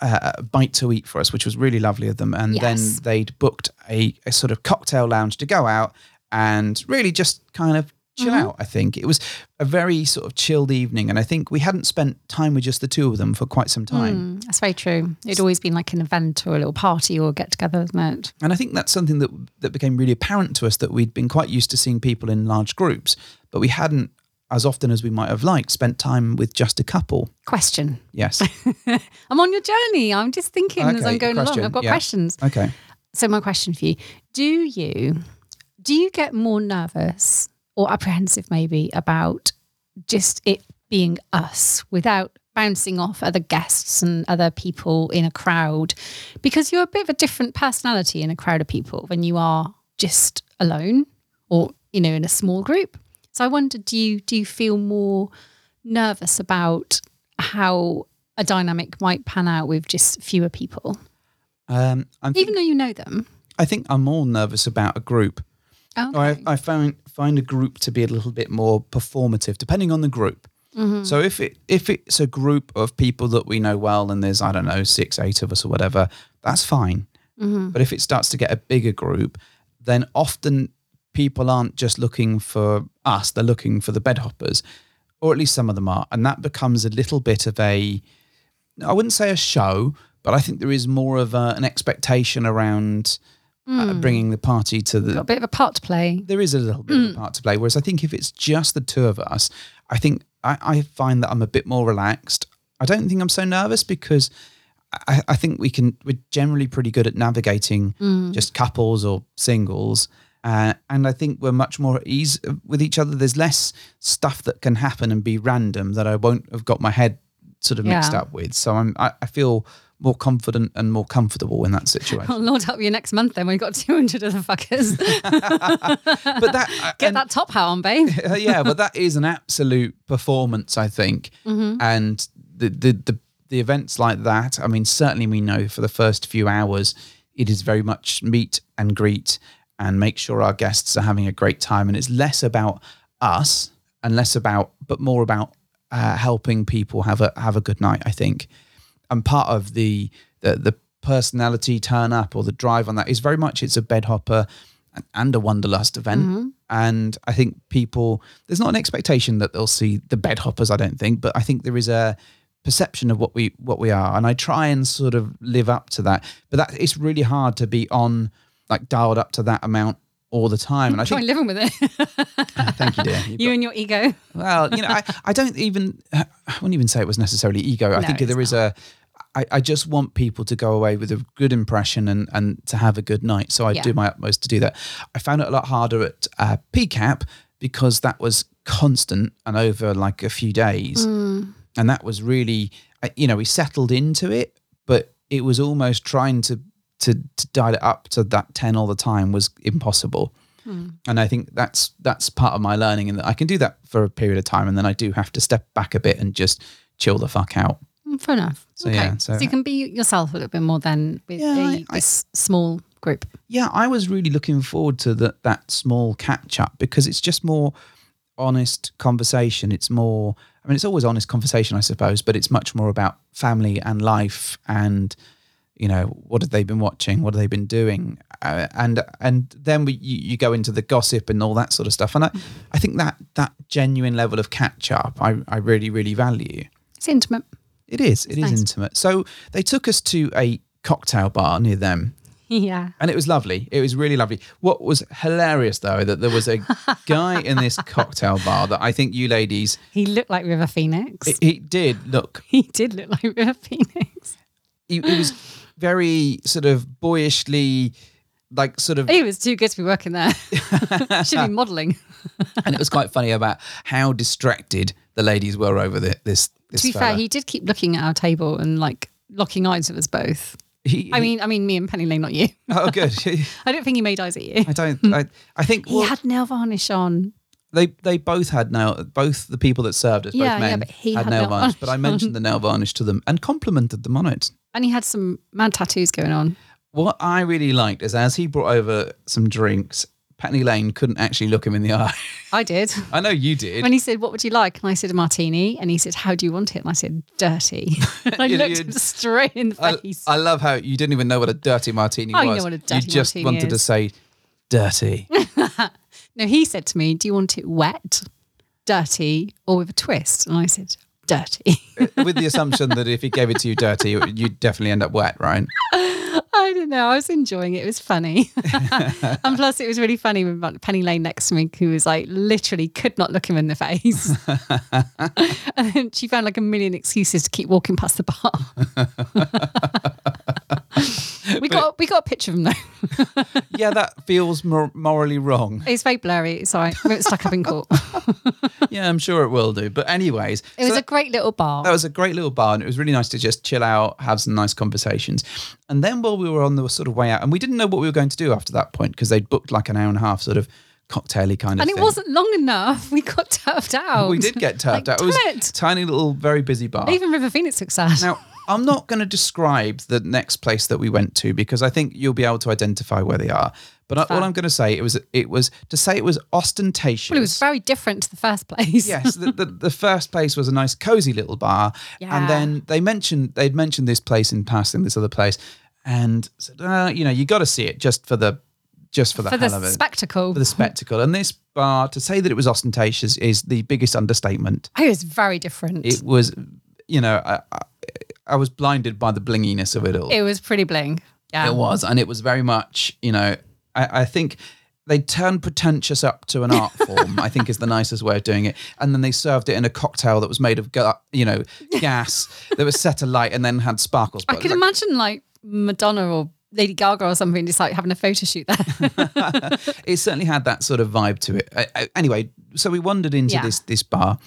[SPEAKER 1] uh, a bite to eat for us, which was really lovely of them. And
[SPEAKER 3] Yes.
[SPEAKER 1] then they'd booked a, a sort of cocktail lounge to go out and really just kind of chill
[SPEAKER 3] Mm-hmm.
[SPEAKER 1] out. I think it was a very sort of chilled evening, and I think we hadn't spent time with just the two of them for quite some time.
[SPEAKER 3] Mm, that's very true. It'd always been like an event or a little party or get together, isn't it?
[SPEAKER 1] And I think that's something that that became really apparent to us that we'd been quite used to seeing people in large groups, but we hadn't as often as we might have liked spent time with just a couple.
[SPEAKER 3] Question.
[SPEAKER 1] Yes.
[SPEAKER 3] I'm on your journey. I'm just thinking as
[SPEAKER 1] Okay,
[SPEAKER 3] I'm going
[SPEAKER 1] question,
[SPEAKER 3] along. I've got
[SPEAKER 1] yeah.
[SPEAKER 3] questions.
[SPEAKER 1] Okay.
[SPEAKER 3] So my question for you: Do you do you get more nervous or apprehensive maybe about just it being us without bouncing off other guests and other people in a crowd because you're a bit of a different personality in a crowd of people when you are just alone or you know in a small group. So I wonder do you do you feel more nervous about how a dynamic might pan out with just fewer people
[SPEAKER 1] Um, I'm
[SPEAKER 3] even though you know them?
[SPEAKER 1] I think I'm more nervous about a group.
[SPEAKER 3] Okay.
[SPEAKER 1] Or I, I find find a group to be a little bit more performative, depending on the group.
[SPEAKER 3] Mm-hmm.
[SPEAKER 1] So if it if it's a group of people that we know well, and there's I don't know six, eight of us or whatever, that's fine.
[SPEAKER 3] Mm-hmm.
[SPEAKER 1] But if it starts to get a bigger group, then often people aren't just looking for us; they're looking for the bed hoppers, or at least some of them are, and that becomes a little bit of a I wouldn't say a show, but I think there is more of a, an expectation around uh, bringing the party to the
[SPEAKER 3] Mm. got a bit of a part to play.
[SPEAKER 1] there is a little bit
[SPEAKER 3] Mm.
[SPEAKER 1] of a part to play. Whereas I think if it's just the two of us, I think I, I find that I'm a bit more relaxed. I don't think I'm so nervous because I, I think we can we're generally pretty good at navigating
[SPEAKER 3] Mm.
[SPEAKER 1] just couples or singles. Uh, and I think we're much more at ease with each other. There's less stuff that can happen and be random that I won't have got my head sort of mixed
[SPEAKER 3] Yeah.
[SPEAKER 1] up with. So I'm, I, I feel more confident and more comfortable in that situation.
[SPEAKER 3] Oh Lord, help you next month. Then we've got two hundred of the fuckers.
[SPEAKER 1] but that
[SPEAKER 3] Get
[SPEAKER 1] and-
[SPEAKER 3] that top hat on, babe.
[SPEAKER 1] Uh, yeah, but that is an absolute performance, I think. And the, the the the events like that, I mean, certainly we know for the first few hours, it is very much meet and greet and make sure our guests are having a great time. And it's less about us and less about, but more about uh, helping people have a have a good night. I think, and part of the the, the personality turn up or the drive on that is very much it's a bed hopper and- and a wanderlust event.
[SPEAKER 3] Mm-hmm.
[SPEAKER 1] And I think people, there's not an expectation that they'll see the bed hoppers, I don't think, but I think there is a perception of what we what we are. And I try and sort of live up to that. But that it's really hard to be on like dialed up to that amount all the time. And I
[SPEAKER 3] Try
[SPEAKER 1] think
[SPEAKER 3] living with it.
[SPEAKER 1] thank you, dear. You've
[SPEAKER 3] you and your ego.
[SPEAKER 1] well, you know, I, I don't even, I wouldn't even say it was necessarily ego. I
[SPEAKER 3] No,
[SPEAKER 1] think
[SPEAKER 3] it's
[SPEAKER 1] there is a, I, I just want people to go away with a good impression and, and to have a good night. So I
[SPEAKER 3] Yeah.
[SPEAKER 1] do my utmost to do that. I found it a lot harder at uh, PCAP because that was constant and over like a few days. And that was really, I- you know, we settled into it, but it was almost trying to, to, to dial it up to that 10 all the time was impossible and I think that's that's part of my learning, and that I can do that for a period of time, and then I do have to step back a bit and just chill the fuck out.
[SPEAKER 3] Mm, Fair enough.
[SPEAKER 1] So,
[SPEAKER 3] okay.
[SPEAKER 1] yeah, so-
[SPEAKER 3] you can be yourself a little bit more than with
[SPEAKER 1] Yeah,
[SPEAKER 3] a
[SPEAKER 1] I- I-
[SPEAKER 3] this small group.
[SPEAKER 1] Yeah, I was really looking forward to that that small catch up because it's just more honest conversation. It's more, I mean, it's always honest conversation, I suppose, but it's much more about family and life and you know what have they been watching what have they been doing uh, and and then we, you, you go into the gossip and all that sort of stuff and i i think that that genuine level of catch up i i really really value
[SPEAKER 3] It's intimate.
[SPEAKER 1] It is. It is
[SPEAKER 3] nice.
[SPEAKER 1] intimate. So they took us to a cocktail bar near them,
[SPEAKER 3] yeah.
[SPEAKER 1] And it was lovely. It was really lovely. What was hilarious though that there was a guy in this cocktail bar that I think you ladies
[SPEAKER 3] He looked like River Phoenix.
[SPEAKER 1] it, it did look.
[SPEAKER 3] he did look like River Phoenix.
[SPEAKER 1] It, it was very sort of boyishly, like sort of,
[SPEAKER 3] He was too good to be working there. Should be modelling.
[SPEAKER 1] and it was quite funny about how distracted the ladies were over the, this. this
[SPEAKER 3] To be
[SPEAKER 1] fella.
[SPEAKER 3] fair, he did keep looking at our table and like locking eyes with us both.
[SPEAKER 1] He-
[SPEAKER 3] I
[SPEAKER 1] he-
[SPEAKER 3] mean, I mean, me and Penny Lane, not you.
[SPEAKER 1] oh good.
[SPEAKER 3] I don't think he made eyes at you.
[SPEAKER 1] I don't. I, I think
[SPEAKER 3] He
[SPEAKER 1] well,
[SPEAKER 3] had nail varnish on.
[SPEAKER 1] they they both had nail. Both the people that served us,
[SPEAKER 3] Yeah,
[SPEAKER 1] both
[SPEAKER 3] yeah,
[SPEAKER 1] men,
[SPEAKER 3] but he
[SPEAKER 1] had,
[SPEAKER 3] had
[SPEAKER 1] nail
[SPEAKER 3] nail
[SPEAKER 1] varnish. But I
[SPEAKER 3] varnish
[SPEAKER 1] mentioned the nail varnish to them and complimented them on it.
[SPEAKER 3] And he had some mad tattoos going on.
[SPEAKER 1] What I really liked is as he brought over some drinks, Patney Lane couldn't actually look him in the eye.
[SPEAKER 3] I did.
[SPEAKER 1] I know you did.
[SPEAKER 3] When he said, What would you like? And I said, A martini. And he said, How do you want it? And I said, Dirty. And I
[SPEAKER 1] You-
[SPEAKER 3] looked
[SPEAKER 1] you-
[SPEAKER 3] him straight in the
[SPEAKER 1] I,
[SPEAKER 3] face.
[SPEAKER 1] I love how you didn't even know what a dirty martini
[SPEAKER 3] Oh, you know
[SPEAKER 1] was.
[SPEAKER 3] what a dirty
[SPEAKER 1] you just
[SPEAKER 3] martini
[SPEAKER 1] wanted to
[SPEAKER 3] is.
[SPEAKER 1] say dirty.
[SPEAKER 3] no, he said to me, Do you want it wet, dirty, or with a twist? And I said, Dirty.
[SPEAKER 1] with the assumption that if he gave it to you dirty, you'd definitely end up wet, right?
[SPEAKER 3] I don't know. I was enjoying it. It was funny. and plus, it was really funny when Penny Lane next to me, who was like literally could not look him in the face. and then she found like a million excuses to keep walking past the bar. we got we got a picture of him though.
[SPEAKER 1] Yeah, that feels mor- morally wrong.
[SPEAKER 3] It's very blurry. It's all right. We were stuck up in court.
[SPEAKER 1] Yeah, I'm sure it will do. But anyways,
[SPEAKER 3] It was
[SPEAKER 1] so
[SPEAKER 3] a great little bar.
[SPEAKER 1] that was a great little bar and it was really nice to just chill out have some nice conversations and then while we were on the sort of way out and we didn't know what we were going to do after that point because they'd booked like an hour and a half sort of cocktaily kind of
[SPEAKER 3] and
[SPEAKER 1] thing
[SPEAKER 3] it wasn't long enough. We got turfed out.
[SPEAKER 1] we did get turfed
[SPEAKER 3] Like,
[SPEAKER 1] out it was
[SPEAKER 3] damn
[SPEAKER 1] a
[SPEAKER 3] it.
[SPEAKER 1] tiny little very busy bar
[SPEAKER 3] Even River Phoenix looks sad.
[SPEAKER 1] now i'm not going to describe the next place that we went to because i think you'll be able to identify where they are but I, all
[SPEAKER 3] Fair.
[SPEAKER 1] i'm going to say it was it was to say it was ostentatious
[SPEAKER 3] Well, it was very different to the first place.
[SPEAKER 1] yes, the, the, the first place was a nice, cozy little bar,
[SPEAKER 3] Yeah.
[SPEAKER 1] and then they mentioned they'd mentioned this place in passing, this other place, and said, uh, you know, you got to see it just for the just for the
[SPEAKER 3] For the
[SPEAKER 1] hell of it,
[SPEAKER 3] spectacle.
[SPEAKER 1] for the spectacle. And this bar, to say that it was ostentatious is the biggest understatement.
[SPEAKER 3] It was very different.
[SPEAKER 1] It was, you know, I, I, I was blinded by the blinginess of it all.
[SPEAKER 3] It was pretty bling. Yeah.
[SPEAKER 1] It was, and it was very much, you know, I, I think they turned pretentious up to an art form. I think is the nicest way of doing it. And then they served it in a cocktail that was made of, ga- you know, gas that was set alight and then had sparkles.
[SPEAKER 3] I
[SPEAKER 1] But
[SPEAKER 3] could
[SPEAKER 1] like-
[SPEAKER 3] imagine like Madonna or Lady Gaga or something just like having a photo shoot there.
[SPEAKER 1] it certainly had that sort of vibe to it. Uh, uh, anyway, so we wandered into
[SPEAKER 3] Yeah.
[SPEAKER 1] this this bar,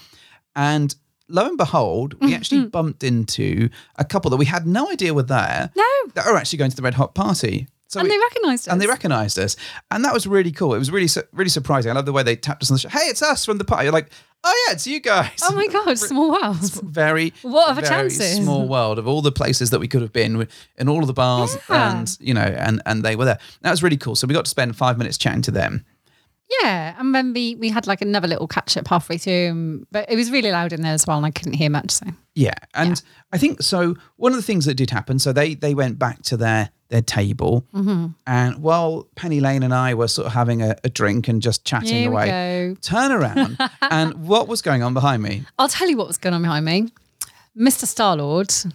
[SPEAKER 1] and lo and behold,
[SPEAKER 3] Mm-hmm,
[SPEAKER 1] we actually bumped into a couple that we had no idea were there.
[SPEAKER 3] no.
[SPEAKER 1] That are actually going to the Red Hot Party. So
[SPEAKER 3] and
[SPEAKER 1] we-
[SPEAKER 3] they recognised us.
[SPEAKER 1] and they recognised us, and that was really cool. It was really su- really surprising. I love the way they tapped us on the shoulder. Hey, it's us from the party. You're like, oh yeah, it's you guys.
[SPEAKER 3] Oh my God, small world.
[SPEAKER 1] Very
[SPEAKER 3] What are the
[SPEAKER 1] very
[SPEAKER 3] chances?
[SPEAKER 1] Small world of all the places that we could have been in all of the bars,
[SPEAKER 3] Yeah.
[SPEAKER 1] and you know, and and they were there. That was really cool. So we got to spend five minutes chatting to them.
[SPEAKER 3] Yeah. And then we, we had like another little catch up halfway through, um, but it was really loud in there as well, and I couldn't hear much. So
[SPEAKER 1] Yeah, and I think so. One of the things that did happen, so they they went back to their their table,
[SPEAKER 3] Mm-hmm.
[SPEAKER 1] and while Penny Lane and I were sort of having a, a drink and just chatting
[SPEAKER 3] here
[SPEAKER 1] away,
[SPEAKER 3] we go.
[SPEAKER 1] turn around, and what was going on behind me?
[SPEAKER 3] I'll tell you what was going on behind me. Mr. Starlord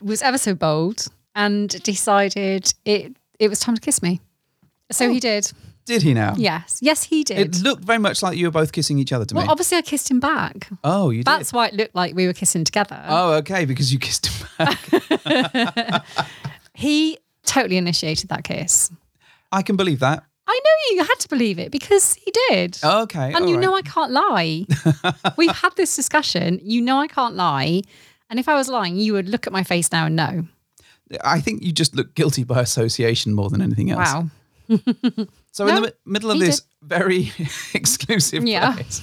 [SPEAKER 3] was ever so bold and decided it it was time to kiss me. So he did.
[SPEAKER 1] Did he now?
[SPEAKER 3] Yes. Yes, he did.
[SPEAKER 1] Oh. It looked very much like you were both kissing each other to
[SPEAKER 3] well,
[SPEAKER 1] me.
[SPEAKER 3] obviously, I kissed him back.
[SPEAKER 1] Oh, you did.
[SPEAKER 3] That's why it looked like we were kissing together.
[SPEAKER 1] Oh, okay, because you kissed him. back.
[SPEAKER 3] He totally initiated that kiss.
[SPEAKER 1] I can believe that.
[SPEAKER 3] I know you had to believe it because he did.
[SPEAKER 1] Okay.
[SPEAKER 3] and you know I can't lie. We've had this discussion. You know I can't lie. And if I was lying, you would look at my face now and know.
[SPEAKER 1] I-, I think you just look guilty by association more than anything else.
[SPEAKER 3] Wow.
[SPEAKER 1] So in
[SPEAKER 3] No,
[SPEAKER 1] the mi- middle of
[SPEAKER 3] he
[SPEAKER 1] this very exclusive
[SPEAKER 3] Yeah.
[SPEAKER 1] place,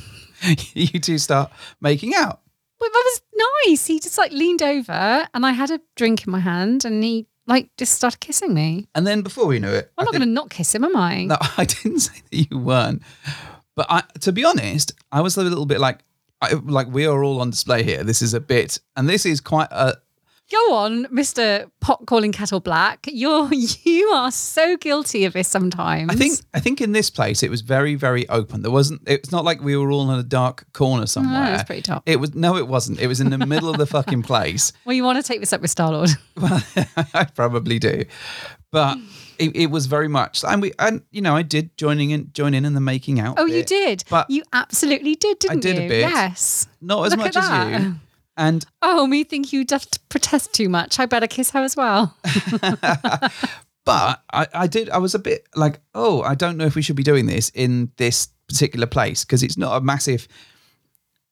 [SPEAKER 1] you two start making out.
[SPEAKER 3] But that was nice. He just like leaned over and I had a drink in my hand and he like just started kissing me.
[SPEAKER 1] And then before we knew it, I
[SPEAKER 3] I'm not
[SPEAKER 1] think-
[SPEAKER 3] going to not kiss him, am I?
[SPEAKER 1] No, I didn't say that you weren't. But I, to be honest, I was a little bit like, I, like we are all on display here. This is a bit, and this is quite a,
[SPEAKER 3] Go on, Mr. Pot calling kettle black. You're you are so guilty of this sometimes.
[SPEAKER 1] I think I think in this place it was very very open. There wasn't. It's not like we were all in a dark corner somewhere.
[SPEAKER 3] No, it was pretty dark.
[SPEAKER 1] It was no, it wasn't. It was in the middle of the fucking place.
[SPEAKER 3] Well, you want to take this up with Star Lord.
[SPEAKER 1] Well, I probably do, but it, it was very much, and we, and you know, I did joining in, join in, in the making out.
[SPEAKER 3] Oh, you
[SPEAKER 1] bit.
[SPEAKER 3] did.
[SPEAKER 1] But-
[SPEAKER 3] you absolutely did, didn't
[SPEAKER 1] did a
[SPEAKER 3] you?
[SPEAKER 1] bit.
[SPEAKER 3] Yes.
[SPEAKER 1] Not as
[SPEAKER 3] Look
[SPEAKER 1] much
[SPEAKER 3] at
[SPEAKER 1] as
[SPEAKER 3] that.
[SPEAKER 1] you. And
[SPEAKER 3] Oh, me think you just protest too much. I better kiss her as well.
[SPEAKER 1] but I, I did i was a bit like oh i don't know if we should be doing this in this particular place because it's not a massive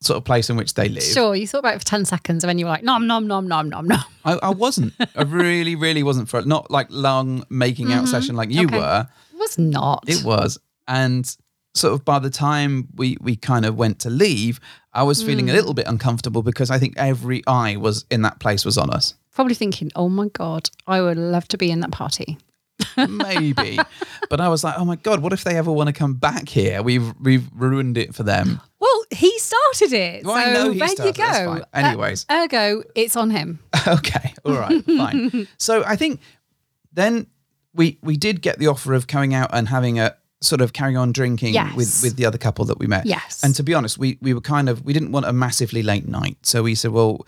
[SPEAKER 1] sort of place in which they live
[SPEAKER 3] Sure, you thought about it for 10 seconds and then you were like, nom, nom, nom, nom, nom, nom.
[SPEAKER 1] I, I wasn't i really really wasn't for not like long making out session like you
[SPEAKER 3] Okay.
[SPEAKER 1] were
[SPEAKER 3] It was not.
[SPEAKER 1] it was and sort of by the time we we kind of went to leave i was feeling a little bit uncomfortable because i think every eye was in that place was on us
[SPEAKER 3] Probably thinking, oh my God, I would love to be in that party.
[SPEAKER 1] maybe but i was like oh my god what if they ever want to come back here we've we've ruined it for them
[SPEAKER 3] Well, he started it.
[SPEAKER 1] Well, I
[SPEAKER 3] so
[SPEAKER 1] know he
[SPEAKER 3] there
[SPEAKER 1] started it,
[SPEAKER 3] you
[SPEAKER 1] that's
[SPEAKER 3] go.
[SPEAKER 1] fine. Anyways.
[SPEAKER 3] Uh, ergo, it's on him.
[SPEAKER 1] Okay. All right. fine. So I think then we we did get the offer of going out and having a sort of carry on drinking
[SPEAKER 3] Yes.
[SPEAKER 1] with with the other couple that we met.
[SPEAKER 3] Yes.
[SPEAKER 1] And to be honest, we we were kind of we didn't want a massively late night, so we said, well,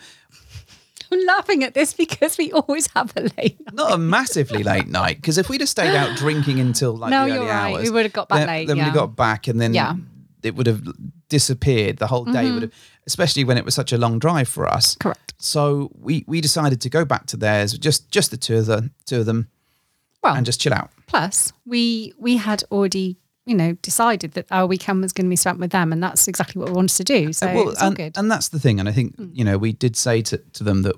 [SPEAKER 3] I'm laughing at this because we always have a late night.
[SPEAKER 1] not a massively late night because if we'd have stayed out drinking until like
[SPEAKER 3] No,
[SPEAKER 1] the
[SPEAKER 3] you're
[SPEAKER 1] early
[SPEAKER 3] right.
[SPEAKER 1] hours,
[SPEAKER 3] We would have got back
[SPEAKER 1] then,
[SPEAKER 3] late,
[SPEAKER 1] Then we'd have
[SPEAKER 3] yeah.
[SPEAKER 1] got back, and then
[SPEAKER 3] Yeah. Mm-hmm.
[SPEAKER 1] it would have disappeared. The whole day would have, especially when it was such a long drive for us.
[SPEAKER 3] Correct.
[SPEAKER 1] So we we decided to go back to theirs, just just the two of the two of them,
[SPEAKER 3] Well,
[SPEAKER 1] and just chill out.
[SPEAKER 3] plus we we had already you know decided that our weekend was going to be spent with them and that's exactly what we wanted to do so Oh, it's all
[SPEAKER 1] and,
[SPEAKER 3] good Hmm.
[SPEAKER 1] and that's the thing. And I think, you know, we did say to, to them that,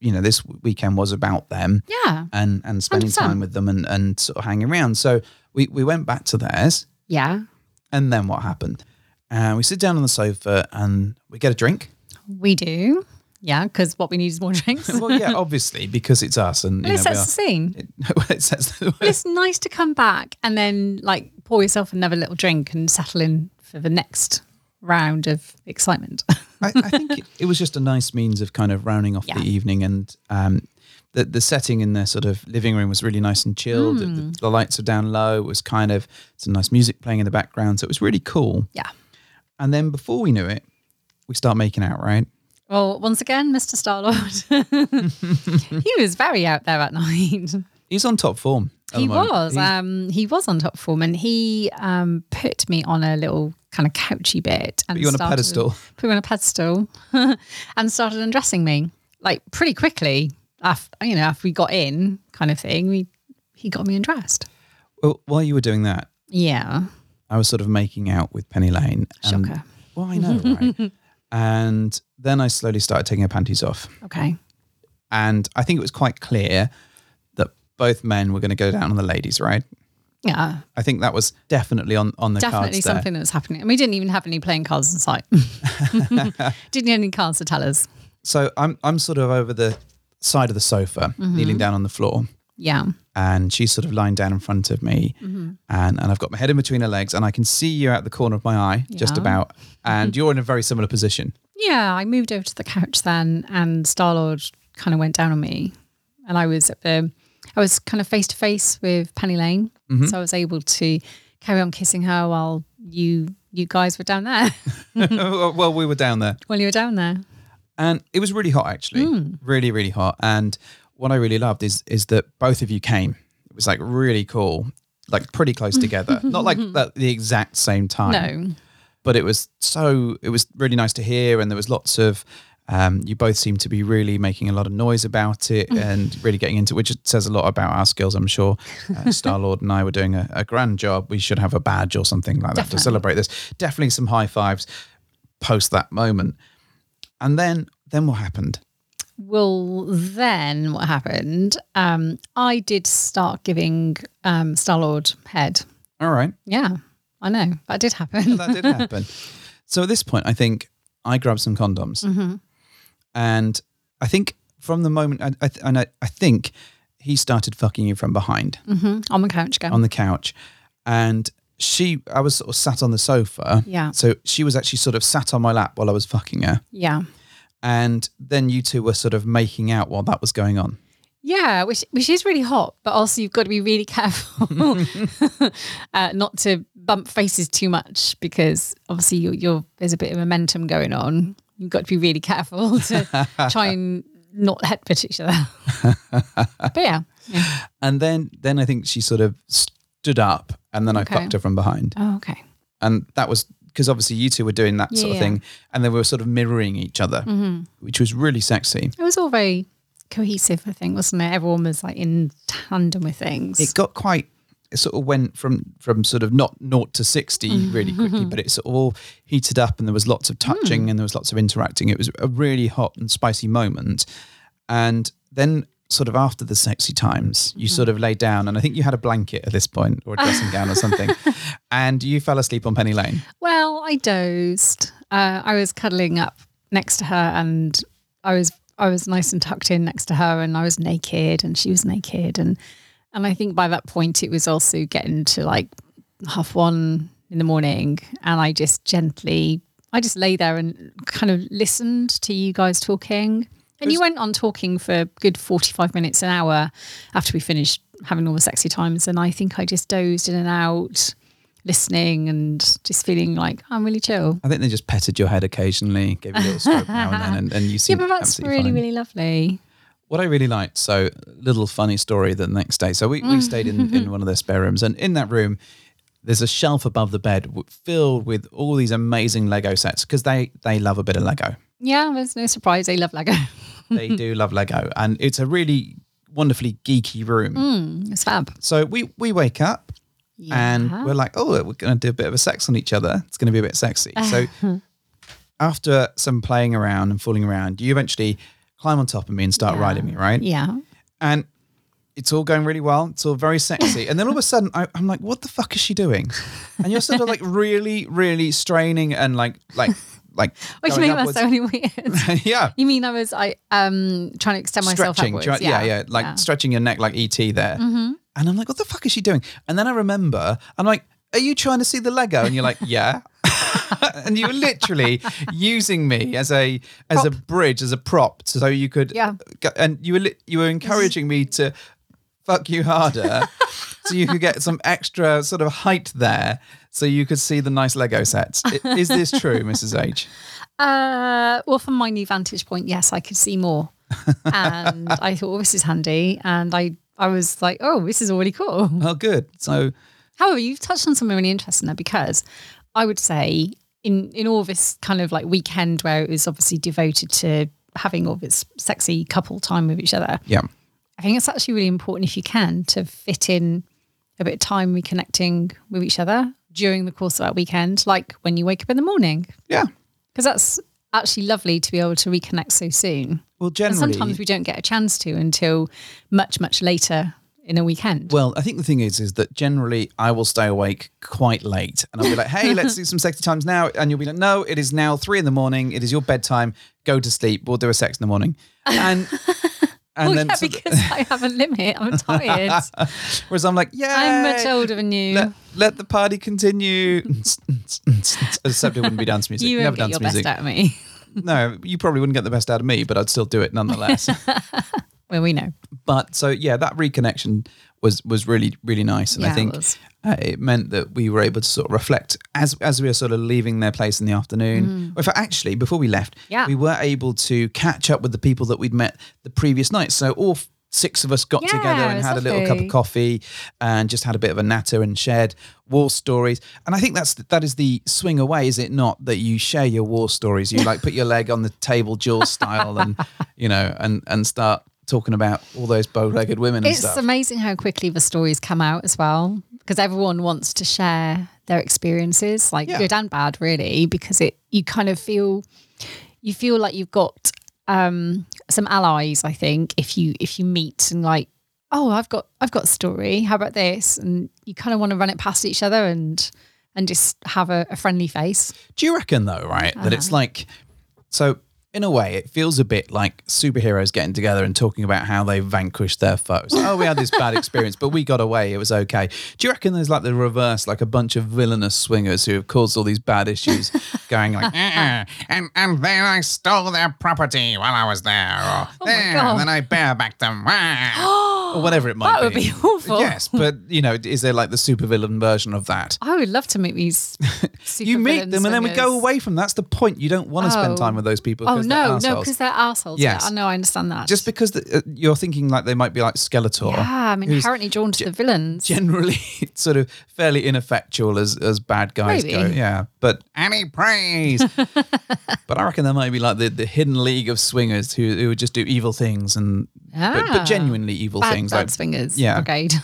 [SPEAKER 1] you know, this weekend was about them
[SPEAKER 3] yeah
[SPEAKER 1] and, and spending
[SPEAKER 3] 100%.
[SPEAKER 1] time with them and, and sort of hanging around. So we, we went back to theirs.
[SPEAKER 3] yeah
[SPEAKER 1] And then what happened? Uh, we sit down on the sofa and we get a drink.
[SPEAKER 3] we do yeah because what we need is more drinks
[SPEAKER 1] well, yeah, obviously, because it's us. And, you
[SPEAKER 3] it
[SPEAKER 1] know, we
[SPEAKER 3] sets the scene
[SPEAKER 1] are, it says
[SPEAKER 3] it's nice to come back and then like pour yourself another little drink and settle in for the next round of excitement
[SPEAKER 1] I, I think it, it was just a nice means of kind of rounding off
[SPEAKER 3] Yeah.
[SPEAKER 1] the evening and um, the the setting in their sort of living room was really nice and chilled. The-
[SPEAKER 3] Hmm.
[SPEAKER 1] The, the lights are down low. It was kind of some nice music playing in the background, so it was really cool.
[SPEAKER 3] yeah
[SPEAKER 1] And then before we knew it, we start making out, right?
[SPEAKER 3] well once again mr starlord he was very out there at night
[SPEAKER 1] He's on top form. at
[SPEAKER 3] he
[SPEAKER 1] the moment.
[SPEAKER 3] was
[SPEAKER 1] He's-
[SPEAKER 3] um he was on top form and he um put me on a little kind of couchy bit and
[SPEAKER 1] Put you on a
[SPEAKER 3] started-
[SPEAKER 1] pedestal.
[SPEAKER 3] put me on a pedestal and started undressing me like pretty quickly after you know after we got in kind of thing we he got me undressed
[SPEAKER 1] well, while you were doing that,
[SPEAKER 3] yeah
[SPEAKER 1] I was sort of making out with Penny Lane. And,
[SPEAKER 3] Shocker.
[SPEAKER 1] Well, I know, right? and then I slowly started taking her panties off.
[SPEAKER 3] okay
[SPEAKER 1] and I think it was quite clear that both men were going to go down on the ladies, right?
[SPEAKER 3] yeah
[SPEAKER 1] I think that was definitely on on the
[SPEAKER 3] definitely
[SPEAKER 1] cards there.
[SPEAKER 3] something that was happening and we didn't even have any playing cards in sight didn't have any cards to tell us
[SPEAKER 1] So I'm I'm sort of over the side of the sofa,
[SPEAKER 3] Mm-hmm.
[SPEAKER 1] kneeling down on the floor,
[SPEAKER 3] yeah
[SPEAKER 1] and she's sort of lying down in front of me,
[SPEAKER 3] Mm-hmm.
[SPEAKER 1] and and I've got my head in between her legs, and I can see you out the corner of my eye, just
[SPEAKER 3] Yeah.
[SPEAKER 1] about, and you're in a very similar position.
[SPEAKER 3] Yeah, I moved over to the couch then, and Star Lord kind of went down on me, and I was at the, I was kind of face to face with Penny Lane,
[SPEAKER 1] Mm-hmm.
[SPEAKER 3] so I was able to carry on kissing her while you you guys were down there,
[SPEAKER 1] well, we were down there.
[SPEAKER 3] while you were down there.
[SPEAKER 1] and it was really hot actually really really hot and what i really loved is is that both of you came it was like really cool like pretty close together not like that the exact same time
[SPEAKER 3] No,
[SPEAKER 1] but it was so it was really nice to hear and there was lots of um, you both seemed to be really making a lot of noise about it and really getting into it, which says a lot about our skills, I'm sure. Uh, Star Lord and I were doing a, a grand job. We should have a badge or something like that to
[SPEAKER 3] Definitely.
[SPEAKER 1] celebrate this. Definitely some high fives post that moment. And then, then what happened?
[SPEAKER 3] Well, then what happened? Um, I did start giving um, Star Lord head.
[SPEAKER 1] All right,
[SPEAKER 3] Yeah, I know that did happen.
[SPEAKER 1] that did happen. so at this point, I think I grabbed some condoms,
[SPEAKER 3] Mm-hmm.
[SPEAKER 1] and I think from the moment, I, I, and I, I think he started fucking you from behind.
[SPEAKER 3] hmm On the couch again.
[SPEAKER 1] on the couch and she i was sort of sat on the sofa
[SPEAKER 3] Yeah.
[SPEAKER 1] so she was actually sort of sat on my lap while i was fucking her
[SPEAKER 3] yeah.
[SPEAKER 1] and then you two were sort of making out while that was going on
[SPEAKER 3] Yeah, which which is really hot, but also you've got to be really careful uh, not to bump faces too much because obviously you're, you're there's a bit of momentum going on. You've got to be really careful to try and not headbutt each other. but yeah,
[SPEAKER 1] And then then I think she sort of stood up and then I
[SPEAKER 3] Okay.
[SPEAKER 1] fucked her from behind.
[SPEAKER 3] Oh, okay.
[SPEAKER 1] And that was because obviously you two were doing that sort of
[SPEAKER 3] Yeah. Mm-hmm.
[SPEAKER 1] thing and they were sort of mirroring each other, which was really sexy.
[SPEAKER 3] It was all very cohesive, I think, wasn't it? Everyone was like in tandem with things.
[SPEAKER 1] It got quite it sort of went from from sort of not naught to
[SPEAKER 3] Mm-hmm.
[SPEAKER 1] 60 really quickly but it sort of all heated up and there was lots of
[SPEAKER 3] Hmm.
[SPEAKER 1] touching and there was lots of interacting it was a really hot and spicy moment and then sort of after the sexy times you
[SPEAKER 3] Mm-hmm.
[SPEAKER 1] sort of lay down and i think you had a blanket at this point or a dressing gown or something and you fell asleep on penny lane
[SPEAKER 3] well, I dozed. Uh, I was cuddling up next to her, and I was I was nice and tucked in next to her, and I was naked, and she was naked, and and I think by that point it was also getting to like half one in the morning, and I just gently. I just lay there and kind of listened to you guys talking. And you went on talking for a good 45 minutes, an hour after we finished having all the sexy times. And I think I just dozed in and out listening and just feeling like I'm really chill.
[SPEAKER 1] i think they just petted your head occasionally gave you a little stroke now and then and, and you
[SPEAKER 3] Yeah,
[SPEAKER 1] seemed
[SPEAKER 3] but that's
[SPEAKER 1] absolutely
[SPEAKER 3] really,
[SPEAKER 1] fine.
[SPEAKER 3] really lovely.
[SPEAKER 1] what I really liked, so little funny story the next day. So we,
[SPEAKER 3] Mm.
[SPEAKER 1] we stayed in, in one of their spare rooms, and in that room, there's a shelf above the bed w- filled with all these amazing Lego sets because they they love a bit of Lego.
[SPEAKER 3] Yeah, there's no surprise. They love Lego.
[SPEAKER 1] They do love Lego, and it's a really wonderfully geeky room.
[SPEAKER 3] It's fab.
[SPEAKER 1] So we we wake up and we're like, oh, we're going to do a bit of a sex on each other. It's going to be a bit sexy. So after some playing around and fooling around, you eventually climb on top of me and start riding me, right?
[SPEAKER 3] Yeah.
[SPEAKER 1] and it's all going really well. It's all very sexy. And then all of a sudden, I, I'm like, what the fuck is she doing? And you're sort of like really, really straining and like, like, like,
[SPEAKER 3] Which
[SPEAKER 1] going
[SPEAKER 3] made that
[SPEAKER 1] upwards.
[SPEAKER 3] so weird.
[SPEAKER 1] yeah.
[SPEAKER 3] You mean I was I um trying to extend myself
[SPEAKER 1] Stretching,
[SPEAKER 3] upwards? Mm-hmm.
[SPEAKER 1] try- yeah, yeah, like stretching your neck like ET there. And I'm like, what the fuck is she doing? And then I remember, I'm like, are you trying to see the Lego? And you're like, yeah. and you were literally using me as a as a bridge, as a prop, so you could.
[SPEAKER 3] Yeah.
[SPEAKER 1] go- And you were li- you were encouraging me to fuck you harder, so you could get some extra sort of height there, so you could see the nice Lego sets. I- Is this true, Mrs. H?
[SPEAKER 3] Uh, well, from my new vantage point, yes, I could see more, and I thought, well, this is handy, and I. I was like, oh, this is already cool.
[SPEAKER 1] Oh, good. So
[SPEAKER 3] However, you've touched on something really interesting there because I would say in in all this kind of like weekend where it was obviously devoted to having all this sexy couple time with each other,
[SPEAKER 1] yeah,
[SPEAKER 3] I think it's actually really important if you can to fit in a bit of time reconnecting with each other during the course of that weekend, like when you wake up in the morning,
[SPEAKER 1] yeah.
[SPEAKER 3] because that's actually lovely to be able to reconnect so soon.
[SPEAKER 1] Well,
[SPEAKER 3] And
[SPEAKER 1] generally,
[SPEAKER 3] sometimes we don't get a chance to until much much later in a weekend.
[SPEAKER 1] Well, I think the thing is, is that generally I will stay awake quite late, and I'll be like, "Hey, let's do some sexy times now," and you'll be like, "No, it is now three in the morning. It is your bedtime. Go to sleep. We'll do a sex in the morning." And and
[SPEAKER 3] well,
[SPEAKER 1] then,
[SPEAKER 3] yeah,
[SPEAKER 1] so-
[SPEAKER 3] because I have a limit. I'm tired.
[SPEAKER 1] whereas I'm like, "Yeah,
[SPEAKER 3] I'm much older than you.
[SPEAKER 1] Let, let the party continue. Except it wouldn't be dance music.
[SPEAKER 3] you
[SPEAKER 1] Never
[SPEAKER 3] won't get
[SPEAKER 1] dance
[SPEAKER 3] your
[SPEAKER 1] music.
[SPEAKER 3] best out of me.
[SPEAKER 1] No, you probably wouldn't get the best out of me, but I'd still do it nonetheless.
[SPEAKER 3] Well, we know.
[SPEAKER 1] but so yeah, that reconnection was was really really nice, and I
[SPEAKER 3] Yeah, it
[SPEAKER 1] think
[SPEAKER 3] was.
[SPEAKER 1] uh, it meant that we were able to sort of reflect as as we were sort of leaving their place in the afternoon. Or if actually before we left,
[SPEAKER 3] Mm. Yeah.
[SPEAKER 1] we were able to catch up with the people that we'd met the previous night. So all f- six of us got
[SPEAKER 3] Yeah,
[SPEAKER 1] together and had a little cup of
[SPEAKER 3] exactly.
[SPEAKER 1] coffee and just had a bit of a natter and shared war stories. And I think that's that is the swing away, is it not? That you share your war stories. You like put your leg on the table, Jaws style, and you know, and and start talking about all those bow-legged women and
[SPEAKER 3] It's
[SPEAKER 1] stuff.
[SPEAKER 3] amazing how quickly the stories come out as well, because everyone wants to share their experiences, like
[SPEAKER 1] Yeah.
[SPEAKER 3] good and bad, really, because it you kind of feel you feel like you've got um, some allies. I think if you if you meet and like, oh, I've got I've got a story. How about this? And you kind of want to run it past each other and and just have a, a friendly face.
[SPEAKER 1] Do you reckon though, right, that
[SPEAKER 3] Uh-huh.
[SPEAKER 1] it's like so in a way it feels a bit like superheroes getting together and talking about how they vanquished their foes. oh, we had this bad experience, but we got away, it was okay. Do you reckon there's like the reverse, like a bunch of villainous swingers who have caused all these bad issues going like
[SPEAKER 4] Uh-uh. and and then I stole their property while I was there. Or,
[SPEAKER 3] Oh my
[SPEAKER 4] there,
[SPEAKER 3] God.
[SPEAKER 4] and then I barebacked them. Wah.
[SPEAKER 1] or whatever it might
[SPEAKER 3] That would be awful.
[SPEAKER 1] Yes, but you know, is there like the supervillain version of that?
[SPEAKER 3] I would love to meet these.
[SPEAKER 1] you meet
[SPEAKER 3] supervillain
[SPEAKER 1] them and then we
[SPEAKER 3] swingers.
[SPEAKER 1] go away from. That's the point. You don't want to
[SPEAKER 3] Oh.
[SPEAKER 1] spend time with those people.
[SPEAKER 3] Oh
[SPEAKER 1] 'cause they're
[SPEAKER 3] no, no,
[SPEAKER 1] arseholes.
[SPEAKER 3] because they're assholes. Yeah,
[SPEAKER 1] Yes.
[SPEAKER 3] I know. I understand that.
[SPEAKER 1] just because the, uh, you're thinking like they might be like Skeletor.
[SPEAKER 3] yeah, I'm
[SPEAKER 1] who's
[SPEAKER 3] inherently drawn to the villains.
[SPEAKER 1] Generally, sort of fairly ineffectual as as bad guys
[SPEAKER 3] Maybe.
[SPEAKER 1] go. Yeah, but
[SPEAKER 4] Any praise.
[SPEAKER 1] but I reckon there might be like the, the hidden league of swingers who who would just do evil things and but,
[SPEAKER 3] Ah.
[SPEAKER 1] but genuinely evil
[SPEAKER 3] bad,
[SPEAKER 1] things
[SPEAKER 3] bad
[SPEAKER 1] like
[SPEAKER 3] swingers.
[SPEAKER 1] Yeah.
[SPEAKER 3] brigade.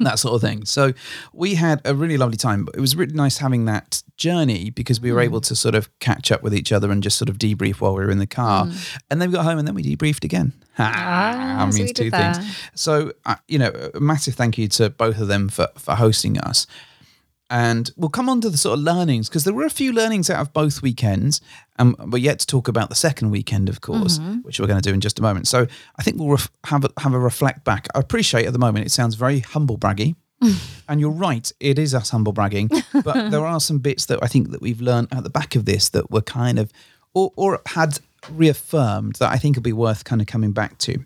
[SPEAKER 1] that sort of thing. So we had a really lovely time. It was really nice having that journey because
[SPEAKER 3] Mm.
[SPEAKER 1] we were able to sort of catch up with each other and just sort of debrief while we were in the car. And then we got home and then we debriefed again.
[SPEAKER 3] Mm. Ah, so we did that.
[SPEAKER 1] So, uh, you know, a massive thank you to both of them for, for hosting us. And we'll come on to the sort of learnings because there were a few learnings out of both weekends. And we're yet to talk about the second weekend, of course,
[SPEAKER 3] Mm-hmm.
[SPEAKER 1] which we're going to do in just a moment. So I think we'll ref- have, a, have a reflect back. I appreciate at the moment it sounds very humble braggy. and you're right, it is us humble bragging. But there are some bits that I think that we've learned at the back of this that were kind of, or, or had reaffirmed that I think will be worth kind of coming back to.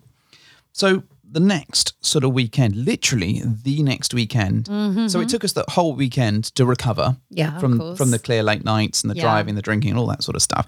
[SPEAKER 1] So the next sort of weekend, literally the next weekend. So it took us the whole weekend to recover
[SPEAKER 3] Mm-hmm. Yeah, of
[SPEAKER 1] from
[SPEAKER 3] course.
[SPEAKER 1] from the clear late nights and the
[SPEAKER 3] Yeah.
[SPEAKER 1] driving, the drinking, and all that sort of stuff,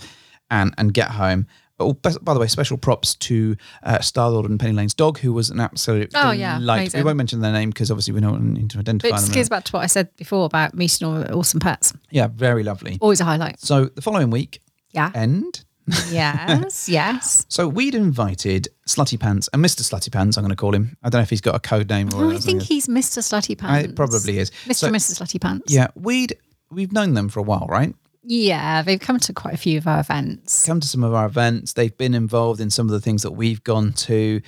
[SPEAKER 1] and and get home. Oh, by by the way, special props to uh, Starlord and Penny Lane's dog, who was an absolute
[SPEAKER 3] Oh, yeah,
[SPEAKER 1] delight.
[SPEAKER 3] amazing.
[SPEAKER 1] We won't mention their name because obviously we don't need to identify
[SPEAKER 3] But it
[SPEAKER 1] them.
[SPEAKER 3] just goes back to what I said before about meeting all awesome pets.
[SPEAKER 1] Yeah, very lovely.
[SPEAKER 3] Always a highlight.
[SPEAKER 1] So the following week,
[SPEAKER 3] Yeah.
[SPEAKER 1] end.
[SPEAKER 3] yes. Yes.
[SPEAKER 1] So we'd invited Slutty Pants and Mr. Slutty Pants. I'm going to call him. I don't know if he's got a code name or.
[SPEAKER 3] Oh, I
[SPEAKER 1] something.
[SPEAKER 3] think he's Mr. Slutty
[SPEAKER 1] Uh,
[SPEAKER 3] Pants.
[SPEAKER 1] it probably is.
[SPEAKER 3] Mr.
[SPEAKER 1] So-
[SPEAKER 3] and Mrs. Slutty Pants.
[SPEAKER 1] Yeah, we'd we've known them for a while, right?
[SPEAKER 3] Yeah, they've come to quite a few of our events.
[SPEAKER 1] Come to some of our events. They've been involved in some of the things that we've gone to,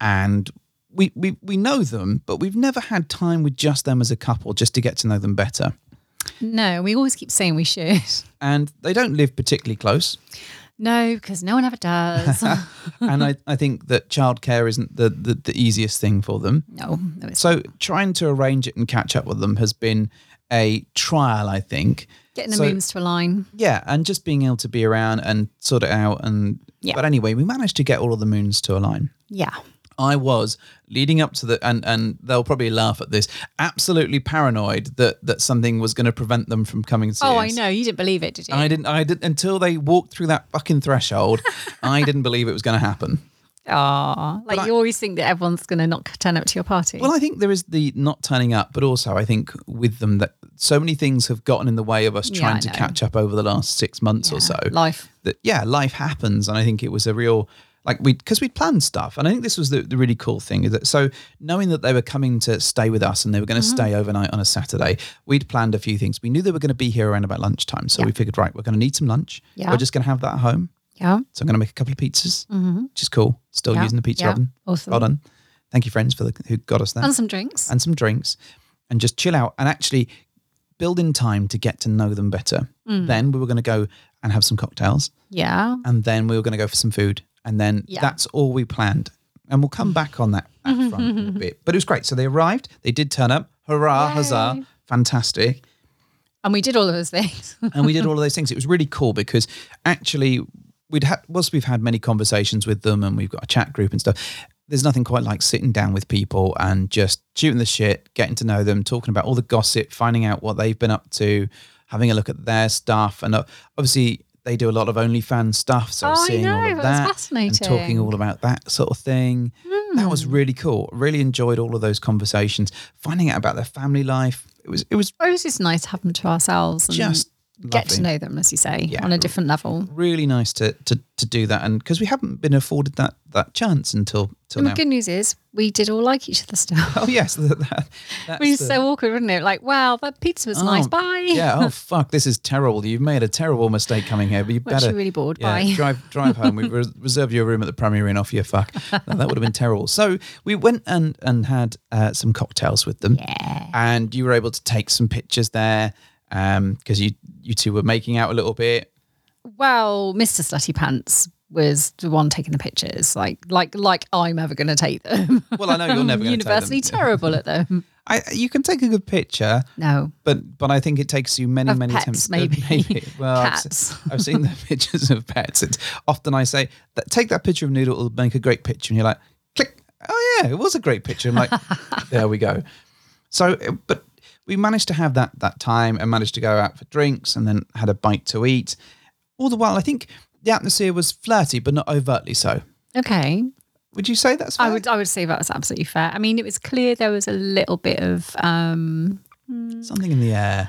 [SPEAKER 1] and we we we know them, but we've never had time with just them as a couple, just to get to know them better.
[SPEAKER 3] No, we always keep saying we should.
[SPEAKER 1] And they don't live particularly close,
[SPEAKER 3] No, because no one ever does.
[SPEAKER 1] and
[SPEAKER 3] Mm-hmm.
[SPEAKER 1] I, I think that childcare isn't the, the the easiest thing for them.
[SPEAKER 3] no, no, it's
[SPEAKER 1] So trying to arrange it and catch up with them has been a trial, I think.
[SPEAKER 3] getting the
[SPEAKER 1] so-
[SPEAKER 3] moons to align.
[SPEAKER 1] Yeah, and just being able to be around and sort it out. And
[SPEAKER 3] Yeah.
[SPEAKER 1] but anyway, we managed to get all of the moons to align.
[SPEAKER 3] Yeah.
[SPEAKER 1] I was leading up to the and and they'll probably laugh at this. Absolutely paranoid that that something was going to prevent them from coming to see
[SPEAKER 3] Oh, I
[SPEAKER 1] us.
[SPEAKER 3] know. You didn't believe it, did you?
[SPEAKER 1] I didn't. I didn't until they walked through that fucking threshold. I didn't believe it was going to happen.
[SPEAKER 3] Aw, like
[SPEAKER 1] I-
[SPEAKER 3] you always think that everyone's going to not turn up to your party.
[SPEAKER 1] Well, I think there is the not turning up, but also I think with them that so many things have gotten in the way of us
[SPEAKER 3] Yeah,
[SPEAKER 1] trying
[SPEAKER 3] I
[SPEAKER 1] to
[SPEAKER 3] know.
[SPEAKER 1] catch up over the last six months or so.
[SPEAKER 3] Life.
[SPEAKER 1] that yeah, life happens, and I think it was a real like we because we'd planned stuff, and I think this was the, the really cool thing is that so knowing that they were coming to stay with us and they were going to
[SPEAKER 3] Mm-hmm.
[SPEAKER 1] stay overnight on a Saturday, we'd planned a few things. We knew they were going to be here around about lunchtime, so we figured right, we're going to need some lunch.
[SPEAKER 3] Yeah.
[SPEAKER 1] we're just going to have that at home.
[SPEAKER 3] Yeah.
[SPEAKER 1] So I'm going to make a couple of pizzas, which is cool. Still
[SPEAKER 3] Mm-hmm. Yeah,
[SPEAKER 1] using the pizza
[SPEAKER 3] yeah,
[SPEAKER 1] oven.
[SPEAKER 3] awesome.
[SPEAKER 1] Well done. Thank you, friends, for the, who got us that
[SPEAKER 3] And some drinks.
[SPEAKER 1] and some drinks and just chill out and actually build in time to get to know them better. Then we were going to go and have some cocktails
[SPEAKER 3] yeah.
[SPEAKER 1] and then we were going to go for some food and then
[SPEAKER 3] Yeah.
[SPEAKER 1] that's all we planned. And we'll come back on that, that front in a bit. But it was great. So they arrived, they did turn up. Hurrah, huzzah, fantastic.
[SPEAKER 3] And we did all of those things.
[SPEAKER 1] And we did all of those things. It was really cool because actually we'd had whilst we've had many conversations with them and we've got a chat group and stuff, there's nothing quite like sitting down with people and just shooting the shit, getting to know them, talking about all the gossip, finding out what they've been up to, having a look at their stuff. And uh, obviously they do a lot of OnlyFans stuff. So
[SPEAKER 3] Oh, I
[SPEAKER 1] seeing all of
[SPEAKER 3] know, that's
[SPEAKER 1] that and
[SPEAKER 3] fascinating. Hmm.
[SPEAKER 1] talking all about that sort of thing. That was really cool. Really enjoyed all of those conversations, finding out about their family life. It was it was
[SPEAKER 3] it was just nice to have them to ourselves and
[SPEAKER 1] just
[SPEAKER 3] Hmm. get
[SPEAKER 1] lovely.
[SPEAKER 3] to know them, as you say, on a different level.
[SPEAKER 1] really nice to to, to do that and because we haven't been afforded that that chance until till
[SPEAKER 3] And
[SPEAKER 1] now
[SPEAKER 3] the good news is we did all like each other's stuff.
[SPEAKER 1] oh yes that, that, that's
[SPEAKER 3] It was
[SPEAKER 1] the-
[SPEAKER 3] so awkward, wasn't it? Like, wow, that pizza was nice.
[SPEAKER 1] Oh,
[SPEAKER 3] Bye.
[SPEAKER 1] yeah oh fuck this is terrible you've made a terrible mistake coming here but you
[SPEAKER 3] We're actually
[SPEAKER 1] better
[SPEAKER 3] really bored.
[SPEAKER 1] yeah,
[SPEAKER 3] Bye.
[SPEAKER 1] drive drive home we've res- reserved your room at the premier inn off your fuck No, that would have been terrible so we went and and had uh, some cocktails with them
[SPEAKER 3] Yeah.
[SPEAKER 1] and you were able to take some pictures there um because you you two were making out a little bit
[SPEAKER 3] Well, Mr. Slutty Pants was the one taking the pictures. Like, like, like I'm ever going to take them.
[SPEAKER 1] well i know you're never
[SPEAKER 3] I'm
[SPEAKER 1] going to
[SPEAKER 3] universally terrible at them.
[SPEAKER 1] I, you can take a good picture
[SPEAKER 3] No.
[SPEAKER 1] But but I think it takes you many
[SPEAKER 3] Of
[SPEAKER 1] many
[SPEAKER 3] pets,
[SPEAKER 1] attempts.
[SPEAKER 3] maybe.
[SPEAKER 1] Well, I've se-
[SPEAKER 3] Cats.
[SPEAKER 1] I've, seen the pictures of pets. It's often I say, "That- "Take that picture of Noodle, it'll make a great picture," and you're like, "Click." oh yeah, it was a great picture. I'm like, there we go. So, but we managed to have that that time and managed to go out for drinks and then had a bite to eat. All the while, I think the atmosphere was flirty, but not overtly so.
[SPEAKER 3] Okay.
[SPEAKER 1] Would you say that's? Fair?
[SPEAKER 3] I would I would say that was absolutely fair. I mean, it was clear there was a little bit of um
[SPEAKER 1] something in the air.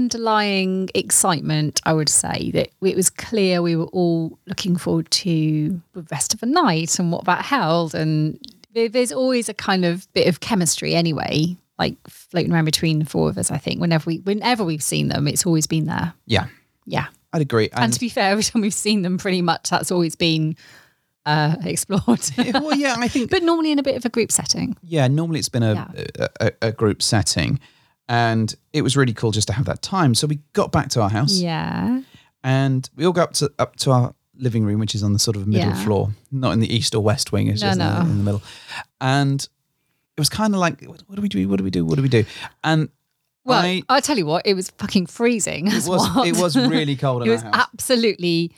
[SPEAKER 3] underlying excitement, I would say that it was clear we were all looking forward to the rest of the night and what that held. And there- there's always a kind of bit of chemistry anyway, like floating around between the four of us. I think whenever we whenever we've seen them, it's always been there.
[SPEAKER 1] Yeah,
[SPEAKER 3] Yeah,
[SPEAKER 1] I'd agree.
[SPEAKER 3] and, to be fair, every time we've seen them, pretty much that's always been uh, explored.
[SPEAKER 1] well, yeah, I think
[SPEAKER 3] but normally in a bit of a group setting.
[SPEAKER 1] yeah, normally it's been a,
[SPEAKER 3] Yeah.
[SPEAKER 1] a, a, a group setting. And it was really cool just to have that time. So we got back to our house
[SPEAKER 3] Yeah.
[SPEAKER 1] and we all got up to, up to our living room, which is on the sort of middle
[SPEAKER 3] Yeah.
[SPEAKER 1] floor, not in the east or west wing, it's
[SPEAKER 3] No,
[SPEAKER 1] just in the-
[SPEAKER 3] no.
[SPEAKER 1] In, the, middle. And it was kind of like, what, what do we do? What do we do? What do we do? And
[SPEAKER 3] Well,
[SPEAKER 1] I,
[SPEAKER 3] I, will tell you what, it was fucking freezing.
[SPEAKER 1] it, was, it was really cold in
[SPEAKER 3] It
[SPEAKER 1] our
[SPEAKER 3] was
[SPEAKER 1] house.
[SPEAKER 3] absolutely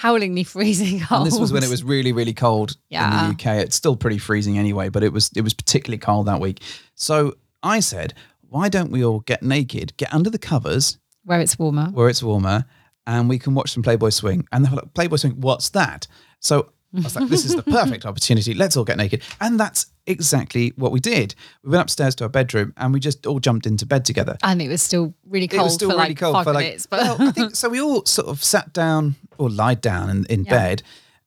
[SPEAKER 3] howlingly freezing cold.
[SPEAKER 1] and this was when it was really, really cold
[SPEAKER 3] Oh. Yeah.
[SPEAKER 1] in the UK. It's still pretty freezing anyway, but it was it was particularly cold that week. So I said, why don't we all get naked, get under the covers,
[SPEAKER 3] where it's warmer.
[SPEAKER 1] where it's warmer and we can watch some Playboy Swing. And they're like, Playboy Swing, what's that? So I was like, this is the perfect opportunity. Let's all get naked. And that's exactly what we did. We went upstairs to our bedroom and we just all jumped into bed together.
[SPEAKER 3] And it was still really cold for like five minutes. But
[SPEAKER 1] well, I think so. We all sort of sat down or lied down in, in
[SPEAKER 3] Yeah.
[SPEAKER 1] bed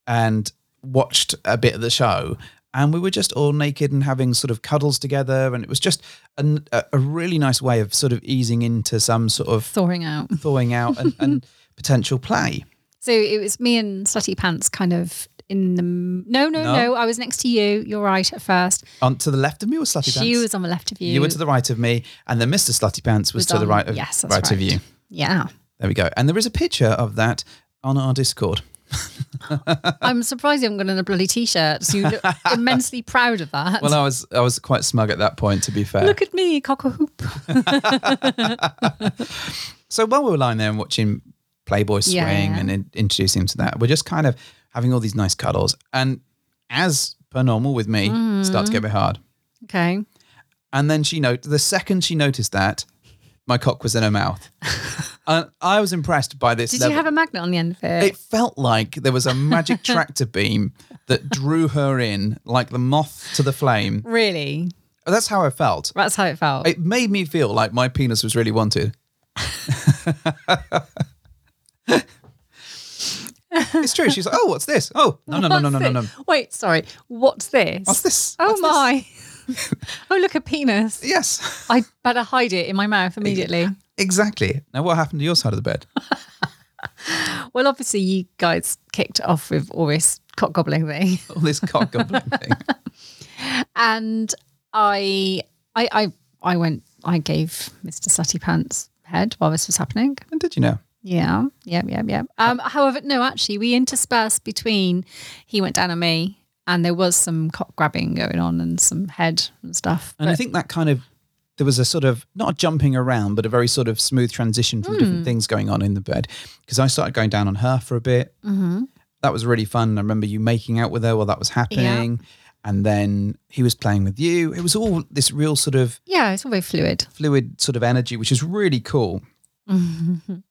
[SPEAKER 1] and watched a bit of the show, and we were just all naked and having sort of cuddles together, and it was just an, a, a really nice way of sort of easing into some sort of
[SPEAKER 3] thawing out.
[SPEAKER 1] thawing out and, and potential play.
[SPEAKER 3] So it was me and Slutty Pants kind of in the no, no,
[SPEAKER 1] No.
[SPEAKER 3] no. I was next to you. You're right at first.
[SPEAKER 1] On to the left of me was Slutty Pants.
[SPEAKER 3] She was on the left of you.
[SPEAKER 1] you were to the right of me, and then Mr. Slutty Pants was,
[SPEAKER 3] was
[SPEAKER 1] to the
[SPEAKER 3] on-
[SPEAKER 1] right of
[SPEAKER 3] yes, that's
[SPEAKER 1] right, of you.
[SPEAKER 3] Yeah.
[SPEAKER 1] There we go. And there is a picture of that on our Discord.
[SPEAKER 3] I'm surprised you haven't got in a bloody t shirt. So you look immensely proud of that.
[SPEAKER 1] Well, uh, I was I was quite smug at that point, to be fair.
[SPEAKER 3] look at me, cock a hoop.
[SPEAKER 1] So while we were lying there and watching Playboy Swing
[SPEAKER 3] Yeah, yeah.
[SPEAKER 1] and in- introducing him to that, we're just kind of having all these nice cuddles. And as per normal with me,
[SPEAKER 3] Mm-hmm.
[SPEAKER 1] start to get a bit hard.
[SPEAKER 3] Okay.
[SPEAKER 1] And then she noted the second she noticed that, my cock was in her mouth. and I was impressed by this.
[SPEAKER 3] Did
[SPEAKER 1] level.
[SPEAKER 3] you have a magnet on the end of it?
[SPEAKER 1] It felt like there was a magic tractor beam that drew her in like the moth to the flame.
[SPEAKER 3] really?
[SPEAKER 1] That's how I felt.
[SPEAKER 3] That's how it felt.
[SPEAKER 1] It made me feel like my penis was really wanted. it's true. She's like, oh, what's this? Oh, no, no, no, no, no, no, no.
[SPEAKER 3] What's thi- Wait, sorry. What's this?
[SPEAKER 1] What's this?
[SPEAKER 3] Oh
[SPEAKER 1] What's this?"
[SPEAKER 3] my. oh, look, a penis.
[SPEAKER 1] Yes,
[SPEAKER 3] I better hide it in my mouth immediately.
[SPEAKER 1] exactly. Now, what happened to your side of the bed?
[SPEAKER 3] Well, obviously, you guys kicked off with all this cock gobbling thing.
[SPEAKER 1] All Oh, this cock gobbling thing.
[SPEAKER 3] And I, I, I, I went, I gave Mr. Slutty Pants head while this was happening.
[SPEAKER 1] And did you know?
[SPEAKER 3] Yeah, yeah, yeah, yeah. Um, however, no, actually, we interspersed between he went down on me and there was some cock grabbing going on and some head and stuff.
[SPEAKER 1] And I
[SPEAKER 3] But-
[SPEAKER 1] think that kind of there was a sort of not a jumping around, but a very sort of smooth transition from different things going on in the bed. Because I started going down on her for a bit. That was really fun. I remember you making out with her while that was happening, and then he was playing with you. It was all this real sort of
[SPEAKER 3] yeah, it's all very fluid.
[SPEAKER 1] fluid sort of energy, which is really cool.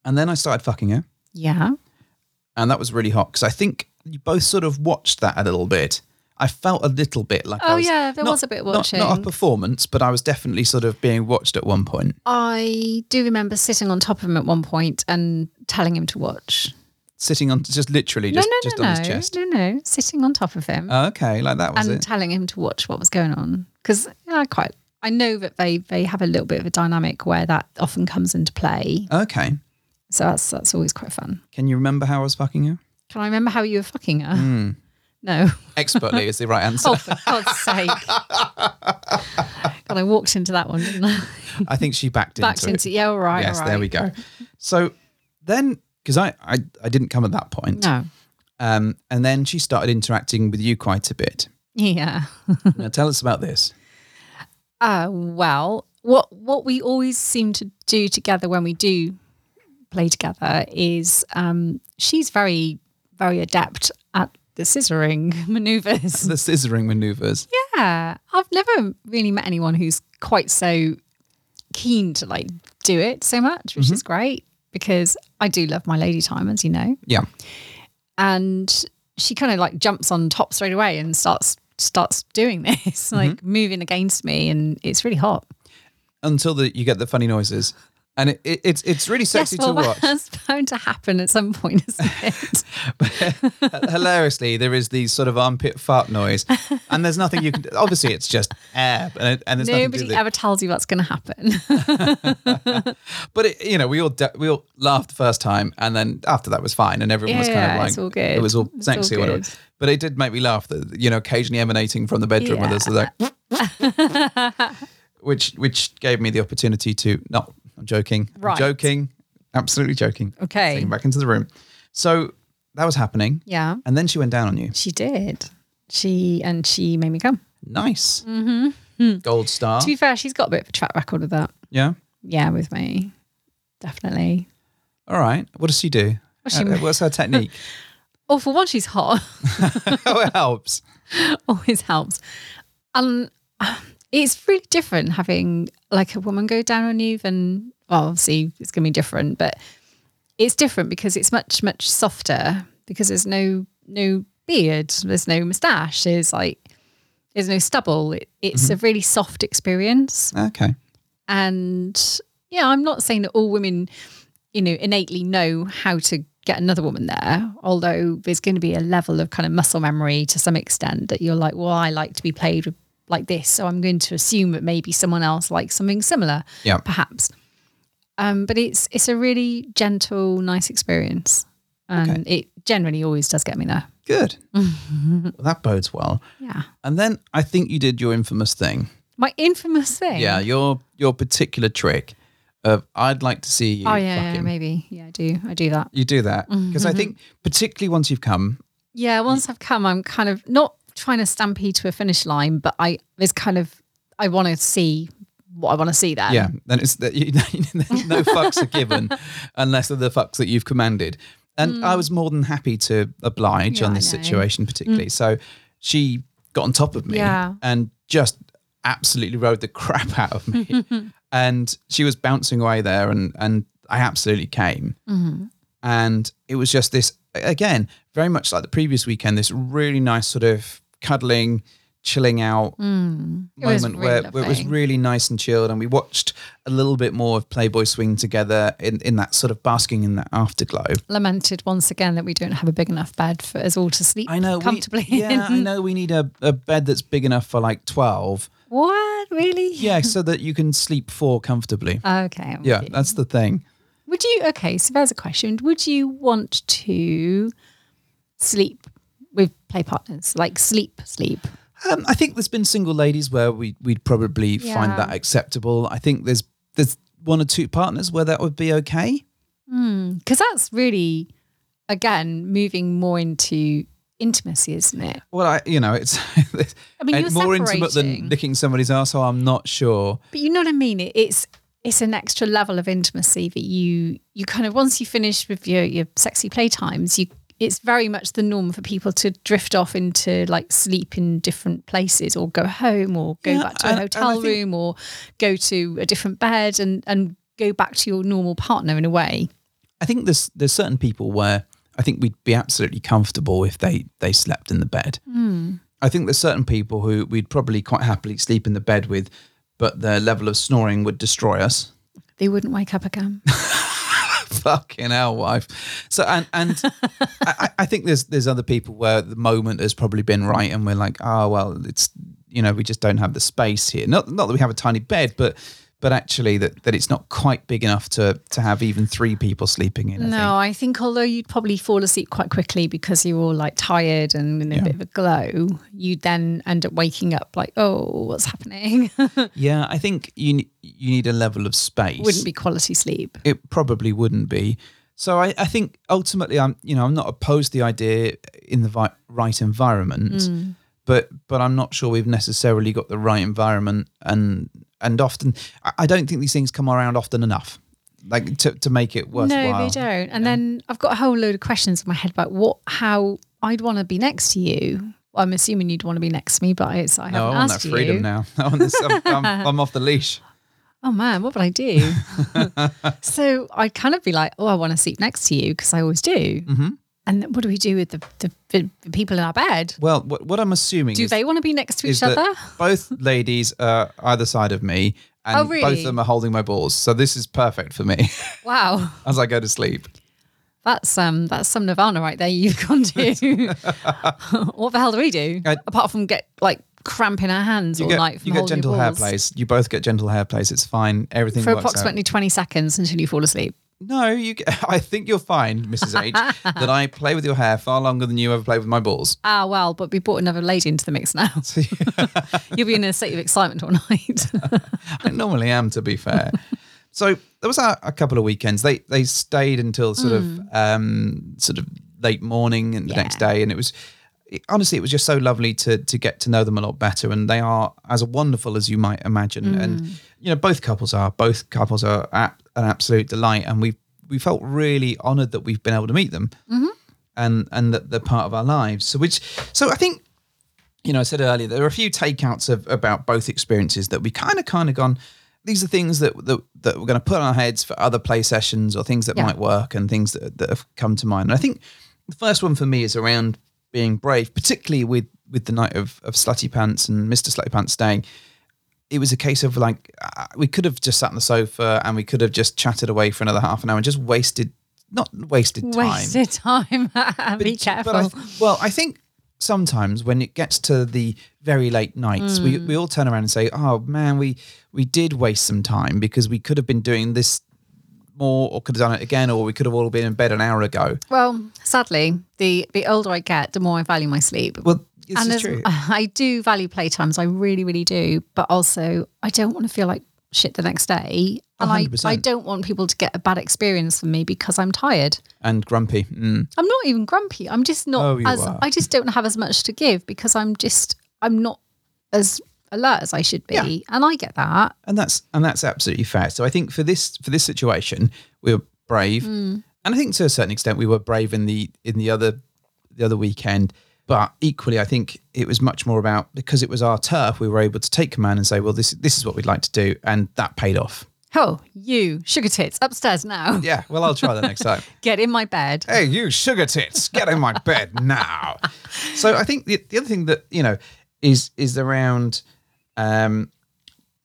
[SPEAKER 1] And then I started fucking her,
[SPEAKER 3] Yeah.
[SPEAKER 1] and that was really hot because I think you both sort of watched that a little bit. I felt a little bit like I
[SPEAKER 3] Oh,
[SPEAKER 1] was,
[SPEAKER 3] yeah, there was a bit
[SPEAKER 1] not- not a
[SPEAKER 3] watching.
[SPEAKER 1] performance, but I was definitely sort of being watched at one point.
[SPEAKER 3] I do remember sitting on top of him at one point and telling him to watch.
[SPEAKER 1] sitting on just literally just,
[SPEAKER 3] no, no,
[SPEAKER 1] just
[SPEAKER 3] no,
[SPEAKER 1] on
[SPEAKER 3] no,
[SPEAKER 1] his chest.
[SPEAKER 3] no, no, sitting on top of him
[SPEAKER 1] Oh, okay, like that was
[SPEAKER 3] and
[SPEAKER 1] it.
[SPEAKER 3] telling him to watch what was going on because I quite. I know that they they have a little bit of a dynamic where that often comes into play,
[SPEAKER 1] Okay.
[SPEAKER 3] so that's that's always quite fun.
[SPEAKER 1] Can you remember how I was fucking you?
[SPEAKER 3] Can I remember how you were fucking her?
[SPEAKER 1] Hmm.
[SPEAKER 3] No.
[SPEAKER 1] Expertly is the right answer.
[SPEAKER 3] Oh, for God's sake! God, I walked into that one, didn't I?
[SPEAKER 1] I think she backed,
[SPEAKER 3] Oh, Backed
[SPEAKER 1] into,
[SPEAKER 3] into yeah, all right,
[SPEAKER 1] it. Yes,
[SPEAKER 3] all right.
[SPEAKER 1] there we go. So then, because I, I I didn't come at that point,
[SPEAKER 3] No,
[SPEAKER 1] um, and then she started interacting with you quite a bit.
[SPEAKER 3] yeah. Mm-hmm.
[SPEAKER 1] now tell us about this.
[SPEAKER 3] Uh, well, what what we always seem to do together when we do play together is um, she's very very adept at the scissoring maneuvers.
[SPEAKER 1] the scissoring maneuvers.
[SPEAKER 3] Yeah, I've never really met anyone who's quite so keen to like do it so much, which is great because I do love my lady time, as you know.
[SPEAKER 1] Yeah.
[SPEAKER 3] And she kind of like jumps on top straight away and starts starts doing this, like moving against me, and it's really hot.
[SPEAKER 1] Until the, you get the funny noises. And it, it, it's it's really sexy
[SPEAKER 3] yes, well,
[SPEAKER 1] to watch.
[SPEAKER 3] that's bound to happen at some point, isn't it?
[SPEAKER 1] hilariously, there is the sort of armpit fart noise, and there's nothing you can. Obviously, it's just air, and, it, and there's nothing to do
[SPEAKER 3] Nobody
[SPEAKER 1] with it.
[SPEAKER 3] ever tells you what's going to happen.
[SPEAKER 1] But it, you know, we all de- we all laughed the first time, and then after that was fine, and everyone was kind of
[SPEAKER 3] Yeah,
[SPEAKER 1] like,
[SPEAKER 3] it's all good.
[SPEAKER 1] it was all
[SPEAKER 3] It's all
[SPEAKER 1] sexy, or whatever.
[SPEAKER 3] good.
[SPEAKER 1] But it did make me laugh that you know, occasionally emanating from the bedroom with us, like, which which gave me the opportunity to. No, I'm joking. I'm
[SPEAKER 3] Right.
[SPEAKER 1] joking. Absolutely joking.
[SPEAKER 3] Okay.
[SPEAKER 1] Taking back into the room. So that was happening.
[SPEAKER 3] yeah,
[SPEAKER 1] And then she went down on you.
[SPEAKER 3] she did. She and she made me come.
[SPEAKER 1] Nice. Mm-hmm.
[SPEAKER 3] Hmm.
[SPEAKER 1] Gold star.
[SPEAKER 3] To be fair, she's got a bit of a track record of that.
[SPEAKER 1] Yeah.
[SPEAKER 3] Yeah, with me. Definitely.
[SPEAKER 1] All right. What does she do?
[SPEAKER 3] What's she
[SPEAKER 1] Uh, what's her technique?
[SPEAKER 3] Oh, for one, she's hot.
[SPEAKER 1] oh, it helps.
[SPEAKER 3] Always helps. And um, it's really different having like a woman go down on you than, well, obviously it's going to be different, but it's different because it's much, much softer because there's no, no beard, there's no moustache, there's like, there's no stubble. It, it's a really soft experience.
[SPEAKER 1] Okay.
[SPEAKER 3] And yeah, I'm not saying that all women, you know, innately know how to get another woman there, although there's going to be a level of kind of muscle memory to some extent that you're like, well, I like to be played with like this. So I'm going to assume that maybe someone else likes something similar,
[SPEAKER 1] Yeah.
[SPEAKER 3] perhaps. Um, but it's it's a really gentle, nice experience. And it generally always does get me there.
[SPEAKER 1] Good. well,
[SPEAKER 3] Mm-hmm.
[SPEAKER 1] that bodes well.
[SPEAKER 3] Yeah.
[SPEAKER 1] And then I think you did your infamous thing.
[SPEAKER 3] My infamous thing.
[SPEAKER 1] Yeah, your your particular trick of I'd like to see you.
[SPEAKER 3] Oh yeah,
[SPEAKER 1] fucking-
[SPEAKER 3] yeah, maybe. Mm-hmm. Yeah, I do. I do that.
[SPEAKER 1] You do that because I think particularly once you've come,
[SPEAKER 3] Yeah, once I've come, I'm kind of not trying to stampede to a finish line, but I there's kind of I want to see what I want to see there.
[SPEAKER 1] yeah, then it's that you, no fucks are given unless they're the fucks that you've commanded. And I was more than happy to oblige
[SPEAKER 3] Hmm. Yeah,
[SPEAKER 1] on
[SPEAKER 3] I
[SPEAKER 1] this
[SPEAKER 3] know. Mm.
[SPEAKER 1] situation particularly. So she got on top of me
[SPEAKER 3] Yeah.
[SPEAKER 1] and just absolutely rode the crap out of me. and she was bouncing away there and and I absolutely came. And it was just this again, very much like the previous weekend, this really nice sort of cuddling, chilling out
[SPEAKER 3] Hmm. It was
[SPEAKER 1] moment
[SPEAKER 3] really
[SPEAKER 1] where, where it was
[SPEAKER 3] lovely.
[SPEAKER 1] really nice and chilled and we watched a little bit more of Playboy Swing together in, in that sort of basking in that afterglow.
[SPEAKER 3] Lamented once again that we don't have a big enough bed for us all to sleep
[SPEAKER 1] I know we-
[SPEAKER 3] comfortably. in.
[SPEAKER 1] yeah, I know we need a, a bed that's big enough for like twelve.
[SPEAKER 3] What really?
[SPEAKER 1] Yeah, so that you can sleep four comfortably.
[SPEAKER 3] Okay. I'm
[SPEAKER 1] yeah,
[SPEAKER 3] with you.
[SPEAKER 1] that's the thing.
[SPEAKER 3] Would you? Okay. So there's a question. Would you want to sleep with play partners? Like sleep, sleep.
[SPEAKER 1] Um, I think there's been single ladies where we we'd probably find
[SPEAKER 3] Yeah.
[SPEAKER 1] that acceptable. I think there's there's one or two partners where that would be okay.
[SPEAKER 3] Because that's really, again, moving more into intimacy, isn't it?
[SPEAKER 1] Well, I you know it's, it's
[SPEAKER 3] I mean, you're
[SPEAKER 1] more intimate than
[SPEAKER 3] separating.
[SPEAKER 1] licking somebody's asshole. I'm not sure.
[SPEAKER 3] But you know what I mean? It, it's it's an extra level of intimacy that you you kind of once you finish with your your sexy playtimes, you it's very much the norm for people to drift off into like sleep in different places or go home or go
[SPEAKER 1] Yeah,
[SPEAKER 3] back to a
[SPEAKER 1] and- and I
[SPEAKER 3] hotel
[SPEAKER 1] think-
[SPEAKER 3] room or go to a different bed and and go back to your normal partner in a way.
[SPEAKER 1] I think there's there's certain people where I think we'd be absolutely comfortable if they they slept in the bed.
[SPEAKER 3] Hmm.
[SPEAKER 1] I think there's certain people who we'd probably quite happily sleep in the bed with, but their level of snoring would destroy us.
[SPEAKER 3] They wouldn't wake up again.
[SPEAKER 1] Fucking hell, wife. So and and I- I, I think there's there's other people where the moment has probably been right, and we're like, oh well, it's you know we just don't have the space here. Not not that we have a tiny bed, but. But actually, that, that it's not quite big enough to, to have even three people sleeping in. I think.
[SPEAKER 3] No, I think although you'd probably fall asleep quite quickly because you're all like tired and in a bit of a glow, you'd then end up waking up like, oh, what's happening?
[SPEAKER 1] Yeah, I think you ne- you need a level of space.
[SPEAKER 3] Wouldn't be quality sleep.
[SPEAKER 1] It probably wouldn't be. So I, I think ultimately I'm you know I'm not opposed to the idea in the vi- right environment,
[SPEAKER 3] Hmm.
[SPEAKER 1] but but I'm not sure we've necessarily got the right environment and and often I, I don't think these things come around often enough, like to to make it worthwhile.
[SPEAKER 3] No, they don't. And then I've got a whole load of questions in my head about what, how, I'd want to be next to you. Well, I'm assuming you'd want to be next to me, but I, so I
[SPEAKER 1] No, I
[SPEAKER 3] haven't
[SPEAKER 1] want that
[SPEAKER 3] asked
[SPEAKER 1] freedom
[SPEAKER 3] you.
[SPEAKER 1] now. I want this, I'm, I'm, I'm off the leash.
[SPEAKER 3] Oh man, what would I do? so I'd kind of be like, oh, I want to sleep next to you because I always do. Mm-hmm. And then what do we do with the, the, the people in our bed?
[SPEAKER 1] Well, what, what I'm assuming
[SPEAKER 3] Do
[SPEAKER 1] is,
[SPEAKER 3] they want to be next to
[SPEAKER 1] is
[SPEAKER 3] each other?
[SPEAKER 1] that both ladies are either side of me, and
[SPEAKER 3] Oh,
[SPEAKER 1] both
[SPEAKER 3] really?
[SPEAKER 1] of them are holding my balls. So this is perfect for me
[SPEAKER 3] Wow.
[SPEAKER 1] as I go to sleep.
[SPEAKER 3] That's um that's some nirvana right there you've gone to. what the hell do we do?
[SPEAKER 1] I-
[SPEAKER 3] Apart from get like cramp in our hands
[SPEAKER 1] You
[SPEAKER 3] or
[SPEAKER 1] get,
[SPEAKER 3] like from
[SPEAKER 1] you get
[SPEAKER 3] holding your
[SPEAKER 1] gentle hair
[SPEAKER 3] balls.
[SPEAKER 1] plays. You both get gentle hair plays. It's fine. Everything
[SPEAKER 3] For
[SPEAKER 1] works out.
[SPEAKER 3] approximately 20 seconds until you fall asleep.
[SPEAKER 1] No, you. g- I think you'll find, Mrs. H, that I play with your hair far longer than you ever played with my balls.
[SPEAKER 3] Ah, well, but we brought another lady into the mix now. You'll be in a state of excitement all night.
[SPEAKER 1] I normally am, to be fair. so there was a, a couple of weekends. They they stayed until sort of um, sort of late morning and the next day, and it was it- honestly it was just so lovely to to get to know them a lot better. And they are as wonderful as you might imagine. And you know, both couples are both couples are a- an absolute delight, and we we felt really honoured that we've been able to meet them. And, and that they're part of our lives. So which so I think you know, I said earlier there are a few takeouts of, about both experiences that we kind of kind of gone. These are things that that, that we're going to put on our heads for other play sessions or things that
[SPEAKER 3] Yeah.
[SPEAKER 1] might work and things that, that have come to mind. And I think the first one for me is around being brave, particularly with with the night of of Slutty Pants and Mister Slutty Pants staying. It was a case of like uh, we could have just sat on the sofa and we could have just chatted away for another half an hour and just wasted not wasted time
[SPEAKER 3] Wasted time. be careful.
[SPEAKER 1] I th- well, I think sometimes when it gets to the very late nights, we,
[SPEAKER 3] Mm.
[SPEAKER 1] we all turn around and say, "Oh man, we we did waste some time because we could have been doing this more, or could have done it again, or we could have all been in bed an hour ago."
[SPEAKER 3] well, sadly, the, the older I get, the more I value my sleep.
[SPEAKER 1] Well, this
[SPEAKER 3] and
[SPEAKER 1] is
[SPEAKER 3] there's-
[SPEAKER 1] true.
[SPEAKER 3] I do value playtimes. I really, really do. But also, I don't want to feel like shit the next day. And I, I
[SPEAKER 1] 100%.
[SPEAKER 3] don't want people to get a bad experience from me because I'm tired.
[SPEAKER 1] and grumpy. Mm.
[SPEAKER 3] I'm not even grumpy. I'm just not
[SPEAKER 1] Oh, you
[SPEAKER 3] as
[SPEAKER 1] are.
[SPEAKER 3] I just don't have as much to give because I'm just I'm not as alert as I should be. And I get that.
[SPEAKER 1] and that's and that's absolutely fair. So I think for this for this situation, we were brave, and I think to a certain extent we were brave in the in the other the other weekend. But equally, I think it was much more about because it was our turf, we were able to take command and say, "Well, this this is what we'd like to do," and that paid off.
[SPEAKER 3] Oh, you sugar tits upstairs now.
[SPEAKER 1] Yeah, well, I'll try that next time.
[SPEAKER 3] Get in my bed.
[SPEAKER 1] hey, you sugar tits, get in my bed now. So I think the, the other thing that you know is is around um,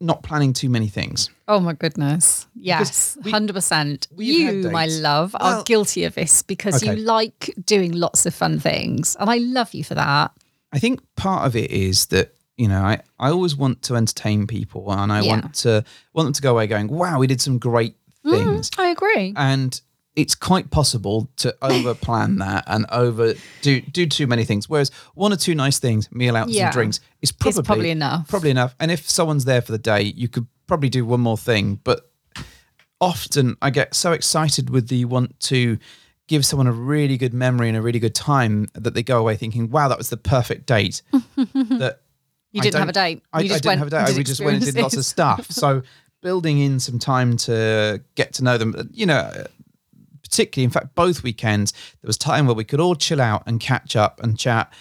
[SPEAKER 1] not planning too many things.
[SPEAKER 3] Oh my goodness. Yes,
[SPEAKER 1] we-
[SPEAKER 3] 100%.
[SPEAKER 1] we've had
[SPEAKER 3] You, my
[SPEAKER 1] dates.
[SPEAKER 3] love,
[SPEAKER 1] Well-
[SPEAKER 3] are guilty of this because
[SPEAKER 1] Okay.
[SPEAKER 3] you like doing lots of fun things. And I love you for that.
[SPEAKER 1] I think part of it is that you know I, I always want to entertain people and I
[SPEAKER 3] Yeah.
[SPEAKER 1] want to want them to go away going wow we did some great things
[SPEAKER 3] I agree.
[SPEAKER 1] and it's quite possible to over plan that and over do do too many things whereas one or two nice things meal outs
[SPEAKER 3] Yeah.
[SPEAKER 1] and drinks is probably,
[SPEAKER 3] probably enough.
[SPEAKER 1] probably enough and if someone's there for the day you could probably do one more thing but often I get so excited with the want to give someone a really good memory and a really good time that they go away thinking, wow, that was the perfect date. that
[SPEAKER 3] You
[SPEAKER 1] I
[SPEAKER 3] didn't have
[SPEAKER 1] don't-
[SPEAKER 3] a date.
[SPEAKER 1] I,
[SPEAKER 3] You
[SPEAKER 1] I
[SPEAKER 3] just
[SPEAKER 1] didn't
[SPEAKER 3] went
[SPEAKER 1] have a
[SPEAKER 3] and
[SPEAKER 1] date. I-
[SPEAKER 3] did
[SPEAKER 1] We just went and did lots of
[SPEAKER 3] experiences.
[SPEAKER 1] stuff. So building in some time to get to know them, uh, you know, particularly, in fact, both weekends, there was time where we could all chill out and catch up and chat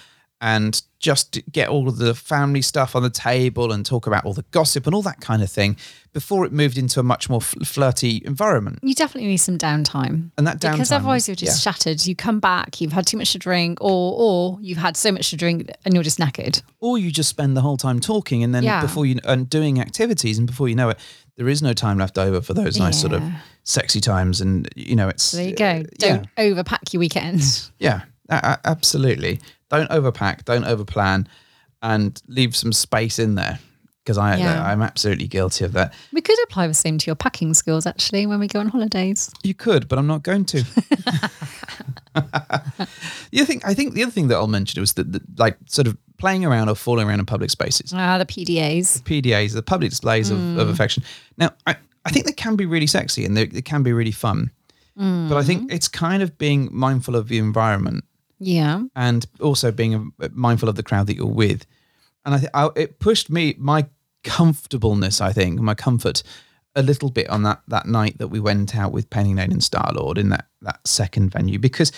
[SPEAKER 1] and just get all of the family stuff on the table and talk about all the gossip and all that kind of thing before it moved into a much more fl- flirty environment.
[SPEAKER 3] You definitely need some downtime.
[SPEAKER 1] And that
[SPEAKER 3] Because
[SPEAKER 1] downtime
[SPEAKER 3] otherwise
[SPEAKER 1] was-
[SPEAKER 3] you're just shattered. You come back, you've had too much to drink, or or you've had so much to drink and you're just knackered.
[SPEAKER 1] Or you just spend the whole time talking and then
[SPEAKER 3] Yeah.
[SPEAKER 1] before you and doing activities and before you know it, there is no time left over for those nice sort of
[SPEAKER 3] Yeah.
[SPEAKER 1] sexy times and you know it's
[SPEAKER 3] There
[SPEAKER 1] uh,
[SPEAKER 3] you go.
[SPEAKER 1] yeah,
[SPEAKER 3] Don't overpack your weekend.
[SPEAKER 1] yeah, a- a- absolutely. Don't overpack, don't overplan, and leave some space in there because I
[SPEAKER 3] Yeah.
[SPEAKER 1] I'm absolutely guilty of that.
[SPEAKER 3] we could apply the same to your packing skills actually when we go on holidays.
[SPEAKER 1] You could, but I'm not going to. the other thing I think the other thing that I'll mention was that, that like sort of playing around or falling around in public spaces.
[SPEAKER 3] Ah, the PDAs.
[SPEAKER 1] PDAs, the public displays of, of affection. Now, I, I think they can be really sexy and they, they can be really fun, but I think it's kind of being mindful of the environment
[SPEAKER 3] Yeah.
[SPEAKER 1] and also being mindful of the crowd that you're with. And I, th- I it pushed me my comfortableness, I think, my comfort a little bit on that that night that we went out with Penny Lane and Starlord in that that second venue because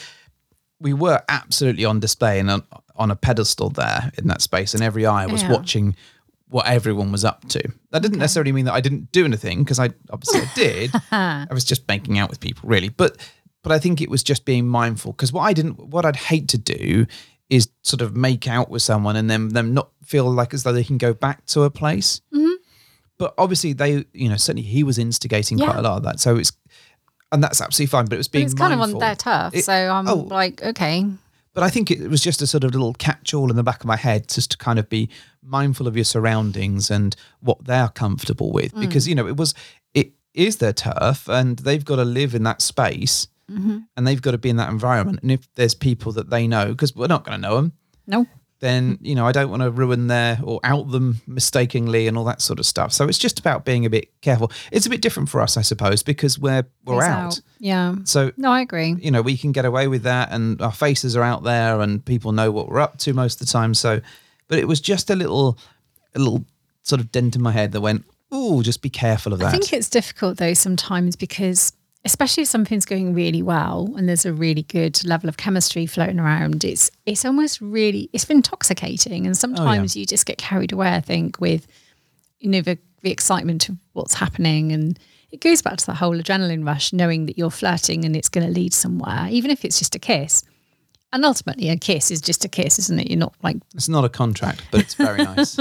[SPEAKER 1] we were absolutely on display and on, on a pedestal there in that space, and every eye was
[SPEAKER 3] Yeah.
[SPEAKER 1] watching what everyone was up to. That didn't necessarily mean that I didn't do anything because I obviously I did. I was just making out with people really, but but I think it was just being mindful because what I didn't, what I'd hate to do is sort of make out with someone and then them not feel like as though they can go back to a place.
[SPEAKER 3] Mm-hmm.
[SPEAKER 1] But obviously they, you know, certainly he was instigating quite
[SPEAKER 3] Yeah.
[SPEAKER 1] a lot of that, so it's. And that's absolutely fine, but it was
[SPEAKER 3] But
[SPEAKER 1] being
[SPEAKER 3] it's kind of on
[SPEAKER 1] mindful.
[SPEAKER 3] their turf.
[SPEAKER 1] It-
[SPEAKER 3] so I'm
[SPEAKER 1] oh.
[SPEAKER 3] like, okay.
[SPEAKER 1] but I think it was just a sort of little catch-all in the back of my head, just to kind of be mindful of your surroundings and what they're comfortable with, because you know it was it is their turf, and they've got to live in that space, and they've got to be in that environment. And if there's people that they know, because we're not going to know them,
[SPEAKER 3] No.
[SPEAKER 1] then you know I don't want to ruin their or out them mistakenly and all that sort of stuff. So it's just about being a bit careful. It's a bit different for us, I suppose, because we're we're
[SPEAKER 3] He's
[SPEAKER 1] out.
[SPEAKER 3] Yeah.
[SPEAKER 1] So
[SPEAKER 3] No, I agree.
[SPEAKER 1] you know, we can get away with that and our faces are out there and people know what we're up to most of the time. So, but it was just a little, a little sort of dent in my head that went, oh, just be careful of that.
[SPEAKER 3] I think it's difficult though sometimes because especially if something's going really well and there's a really good level of chemistry floating around it's it's almost really it's intoxicating and sometimes you just get carried away I think with you know the, the excitement of what's happening and it goes back to that whole adrenaline rush knowing that you're flirting and it's going to lead somewhere even if it's just a kiss and ultimately a kiss is just a kiss isn't it you're not like
[SPEAKER 1] it's not a contract, but it's very nice.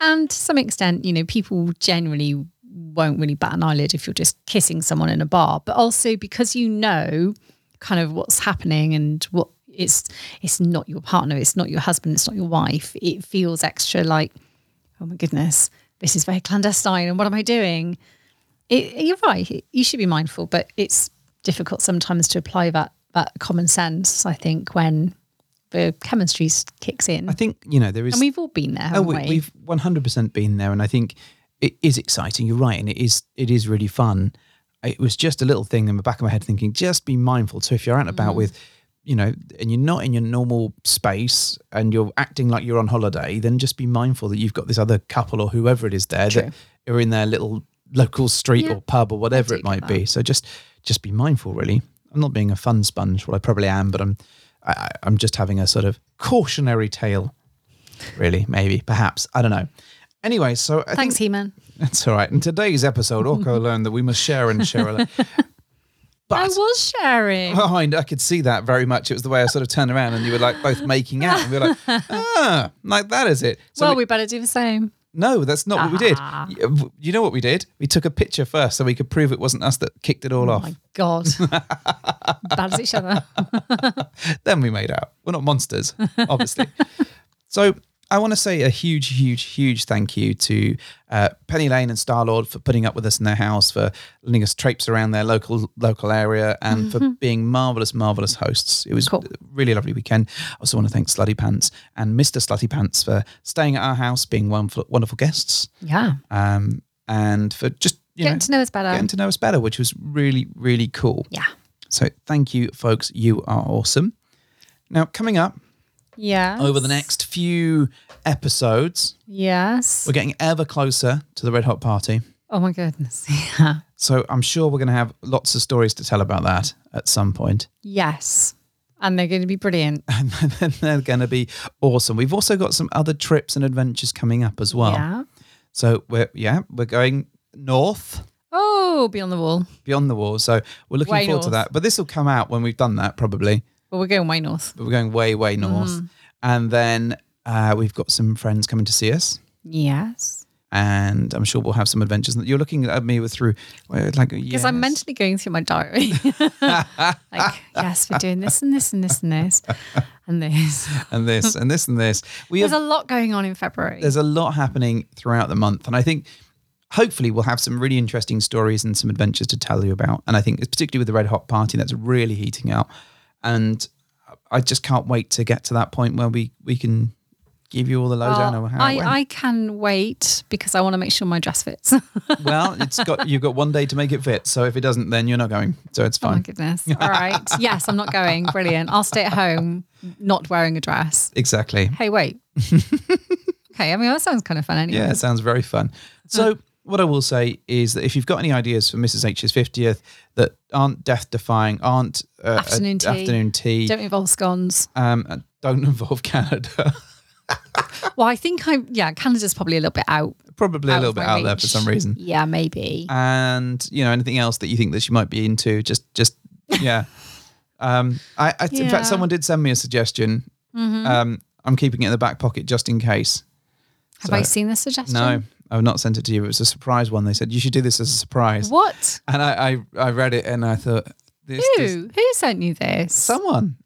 [SPEAKER 3] and to some extent, you know, people generally won't really bat an eyelid if you're just kissing someone in a bar. But also because you know kind of what's happening and what it's it's not your partner, it's not your husband, it's not your wife. It feels extra like, oh my goodness, this is very clandestine and what am I doing? It, you're right. You should be mindful, but it's difficult sometimes to apply that that common sense, I think, when the chemistry s- kicks in.
[SPEAKER 1] I think, you know, there is.
[SPEAKER 3] and we've all been there, haven't
[SPEAKER 1] Oh, we,
[SPEAKER 3] we?
[SPEAKER 1] we've 100% been there and i think it is exciting you're right and it is it is really fun it was just a little thing in the back of my head thinking just be mindful so if you're out and about with you know and you're not in your normal space and you're acting like you're on holiday then just be mindful that you've got this other couple or whoever it is there that are in their little local street or pub or whatever it might be so just just be mindful really i'm not being a fun sponge well i probably am but i'm I, I- i'm just having a sort of cautionary tale really, maybe, perhaps. I don't know. Anyway, so I
[SPEAKER 3] Thanks,
[SPEAKER 1] think
[SPEAKER 3] He Man.
[SPEAKER 1] that's all right. In today's episode, Orko learned that we must share and share. alike.
[SPEAKER 3] I
[SPEAKER 1] But
[SPEAKER 3] was sharing.
[SPEAKER 1] oh, I, I could see that very much. It was the way I sort of turned around and you were like both making out. And we were like, ah, like that is it. So
[SPEAKER 3] well,
[SPEAKER 1] we-
[SPEAKER 3] we Ah. better do the same.
[SPEAKER 1] no, that's not what we did. You- You know what we did? We took a picture first so we could prove it wasn't us that kicked it all off.
[SPEAKER 3] Oh My God. Bad as each other.
[SPEAKER 1] then we made out. We're not monsters, obviously. so I want to say a huge, huge, huge thank you to uh, Penny Lane and Star Lord for putting up with us in their house, for letting us traipse around their local local area, and for being marvelous, marvelous hosts. It was
[SPEAKER 3] Mm-hmm. Cool.
[SPEAKER 1] a really lovely weekend. I also want to thank Slutty Pants and Mr. Slutty Pants for staying at our house, being wonderful, wonderful guests,
[SPEAKER 3] Yeah.
[SPEAKER 1] um, and for just you
[SPEAKER 3] Getting
[SPEAKER 1] know
[SPEAKER 3] to know us better.
[SPEAKER 1] getting to know us better, which was really, really cool.
[SPEAKER 3] yeah.
[SPEAKER 1] So thank you, folks. You are awesome. Now, coming up
[SPEAKER 3] Yeah.
[SPEAKER 1] over the next few episodes,
[SPEAKER 3] Yes.
[SPEAKER 1] we're getting ever closer to the Red Hot Party.
[SPEAKER 3] Oh my goodness. Yeah.
[SPEAKER 1] So I'm sure we're going to have lots of stories to tell about that at some point.
[SPEAKER 3] Yes. And they're going to be brilliant.
[SPEAKER 1] And then they're going to be awesome. We've also got some other trips and adventures coming up as well.
[SPEAKER 3] Yeah.
[SPEAKER 1] So we're yeah, we're going north
[SPEAKER 3] Oh, be on the wall.
[SPEAKER 1] beyond the wall. So we're looking
[SPEAKER 3] Way
[SPEAKER 1] forward to
[SPEAKER 3] north.
[SPEAKER 1] that. But this will come out when we've done that probably.
[SPEAKER 3] Well, we're going way north.
[SPEAKER 1] But we're going way way north.
[SPEAKER 3] Mm.
[SPEAKER 1] And then uh, we've got some friends coming to see us.
[SPEAKER 3] Yes.
[SPEAKER 1] and I'm sure we'll have some adventures. You're looking at me with through well, like because
[SPEAKER 3] Because I'm mentally going through my diary. like, yes, we're doing this and this and this and this and this.
[SPEAKER 1] and this and this and this. We
[SPEAKER 3] There's
[SPEAKER 1] have
[SPEAKER 3] a lot going on in February.
[SPEAKER 1] there's a lot happening throughout the month, and I think hopefully we'll have some really interesting stories and some adventures to tell you about. And I think it's particularly with the Red Hot Party that's really heating up, and I just can't wait to get to that point where we we can give you all the lowdown
[SPEAKER 3] Well,
[SPEAKER 1] on how it went.
[SPEAKER 3] I, I can wait because I want to make sure my dress fits.
[SPEAKER 1] well, it's got you've got one day to make it fit. So if it doesn't, then you're not going. So it's
[SPEAKER 3] Oh
[SPEAKER 1] fine.
[SPEAKER 3] my goodness. All right. Yes, I'm not going. Brilliant. I'll stay at home, not wearing a dress.
[SPEAKER 1] exactly.
[SPEAKER 3] Hey, wait. okay. I mean, that sounds kind of fun anyway. Mm.
[SPEAKER 1] Yeah, it sounds very fun. So what I will say is that if you've got any ideas for Mrs. H's 50th that aren't death defying, aren't uh,
[SPEAKER 3] Afternoon tea.
[SPEAKER 1] afternoon tea,
[SPEAKER 3] Don't involve scones.
[SPEAKER 1] um, and don't involve Canada.
[SPEAKER 3] Well, I think I yeah, Canada's probably a little bit out.
[SPEAKER 1] Probably
[SPEAKER 3] out
[SPEAKER 1] a little
[SPEAKER 3] of
[SPEAKER 1] bit
[SPEAKER 3] my
[SPEAKER 1] out there for
[SPEAKER 3] reach.
[SPEAKER 1] some reason.
[SPEAKER 3] Yeah, maybe.
[SPEAKER 1] and you know anything else that you think that she might be into just just yeah um i, I in
[SPEAKER 3] Yeah. Mm-hmm.
[SPEAKER 1] fact someone did send me a suggestion um i'm keeping it in the back pocket just in case
[SPEAKER 3] Have
[SPEAKER 1] so-
[SPEAKER 3] I seen the suggestion?
[SPEAKER 1] no i've not sent it to you it was a surprise one they said you should do this as a surprise
[SPEAKER 3] What?
[SPEAKER 1] and I, I i read it and i thought this, this
[SPEAKER 3] Who? Who sent you this?
[SPEAKER 1] someone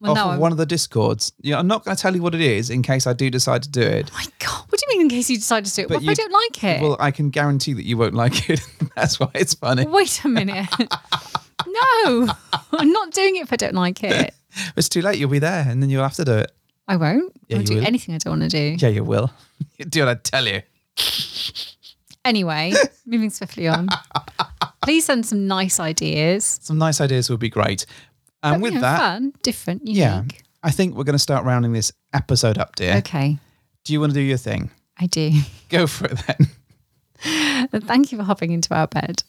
[SPEAKER 3] Well,
[SPEAKER 1] off
[SPEAKER 3] no,
[SPEAKER 1] of
[SPEAKER 3] I'm-
[SPEAKER 1] one of the discords yeah i'm not going to tell you what it is in case i do decide to do it
[SPEAKER 3] my God. What do you mean in case you decide to do it?
[SPEAKER 1] But
[SPEAKER 3] What if I
[SPEAKER 1] you-
[SPEAKER 3] don't like it?
[SPEAKER 1] well i can guarantee that you won't like it that's why it's funny
[SPEAKER 3] Wait a minute. no. I'm not doing it if I don't like it.
[SPEAKER 1] it's too late you'll be there and then you'll have to do it
[SPEAKER 3] I won't.
[SPEAKER 1] Yeah,
[SPEAKER 3] I'll
[SPEAKER 1] you
[SPEAKER 3] do
[SPEAKER 1] will.
[SPEAKER 3] anything I don't want to do.
[SPEAKER 1] yeah you will do what i tell you
[SPEAKER 3] Anyway, moving swiftly on. Please send some nice ideas.
[SPEAKER 1] some nice ideas would be great. And
[SPEAKER 3] But,
[SPEAKER 1] with
[SPEAKER 3] you know,
[SPEAKER 1] that,
[SPEAKER 3] fun, different, unique.
[SPEAKER 1] yeah, I think we're going to start rounding this episode up, dear.
[SPEAKER 3] Okay,
[SPEAKER 1] Do you want to do your thing?
[SPEAKER 3] I do.
[SPEAKER 1] Go for it then.
[SPEAKER 3] Thank you for hopping into our bed.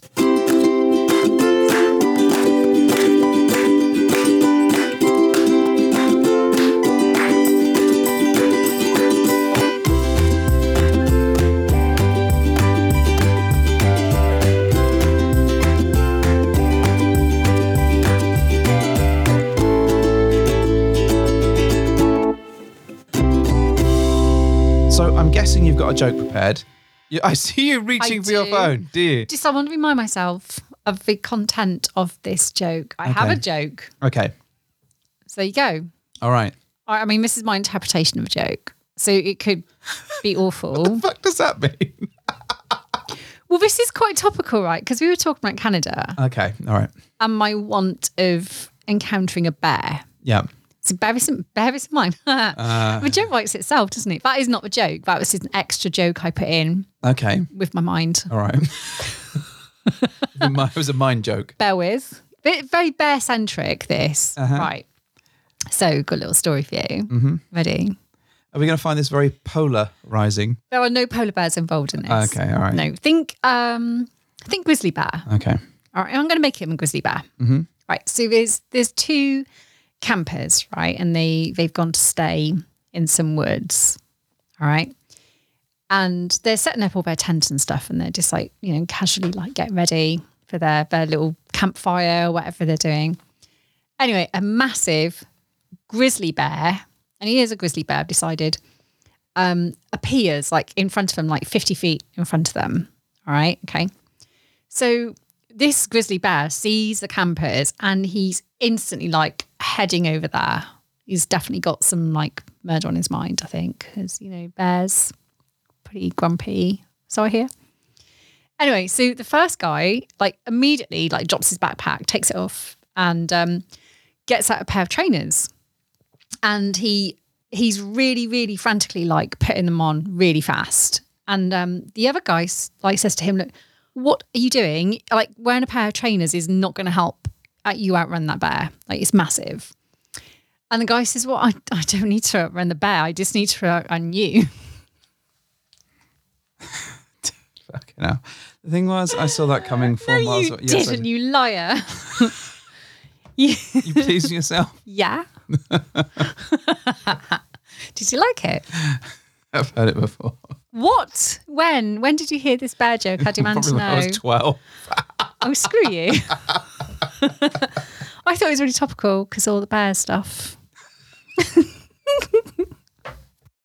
[SPEAKER 1] So I'm guessing you've got a joke prepared. You- I see you reaching for your
[SPEAKER 3] do.
[SPEAKER 1] phone, do you?
[SPEAKER 3] Just I want to remind myself of the content of this joke. I have
[SPEAKER 1] Okay.
[SPEAKER 3] a joke.
[SPEAKER 1] Okay.
[SPEAKER 3] So there you go.
[SPEAKER 1] All right.
[SPEAKER 3] I I mean, this is my interpretation of a joke. So it could be awful.
[SPEAKER 1] Fuck does that mean?
[SPEAKER 3] well, this is quite topical, right? Because we were talking about Canada
[SPEAKER 1] Okay. All right.
[SPEAKER 3] and my want of encountering a bear.
[SPEAKER 1] Yeah.
[SPEAKER 3] So bear this in, bear this in mind.
[SPEAKER 1] Uh.
[SPEAKER 3] the joke writes itself, doesn't it? That is not the joke. That was just an extra joke I put in
[SPEAKER 1] Okay.
[SPEAKER 3] with my mind.
[SPEAKER 1] All right. it was a mind joke.
[SPEAKER 3] Bear with. Bit- Very bear centric, this.
[SPEAKER 1] Uh-huh.
[SPEAKER 3] Right. So, got a little story for you.
[SPEAKER 1] Mm-hmm.
[SPEAKER 3] Ready?
[SPEAKER 1] Are we going to find this very polarizing?
[SPEAKER 3] There are no polar bears involved in this.
[SPEAKER 1] Okay. All right.
[SPEAKER 3] No, think um, think grizzly bear.
[SPEAKER 1] Okay.
[SPEAKER 3] All right, I'm going to make him a grizzly bear. Right. So there's there's two campers, right, and they they've gone to stay in some woods. All right. And they're setting up all their tents and stuff, and they're just like you know casually like getting ready for their their little campfire, whatever they're doing. Anyway, a massive grizzly bear, and he is a grizzly bear. I've decided um, appears like in front of them, like 50 feet in front of them. All right. Okay. So this grizzly bear sees the campers and he's instantly like heading over there. He's definitely got some like murder on his mind, I think, because, you know, bears pretty grumpy. So I hear. Anyway, so the first guy like immediately like drops his backpack, takes it off, and um, gets out a pair of trainers. And he he's really really frantically like putting them on really fast. And um, the other guy s- like says to him, "Look, what are you doing? Like wearing a pair of trainers is not going to help uh, you outrun that bear. Like it's massive." And the guy says, "Well, I, I don't need to outrun the bear. I just need to outrun you."
[SPEAKER 1] Fucking hell. The thing was, I saw that coming four miles
[SPEAKER 3] you
[SPEAKER 1] away. Yes, I
[SPEAKER 3] didn't,
[SPEAKER 1] did.
[SPEAKER 3] you liar. You-
[SPEAKER 1] You pleasing yourself?
[SPEAKER 3] yeah. did you like it?
[SPEAKER 1] I've heard it before.
[SPEAKER 3] What? When? When did you hear this bear joke? How do you man
[SPEAKER 1] Probably
[SPEAKER 3] to
[SPEAKER 1] when I
[SPEAKER 3] know?
[SPEAKER 1] was 12.
[SPEAKER 3] oh, screw you. I thought it was really topical because all the bear stuff.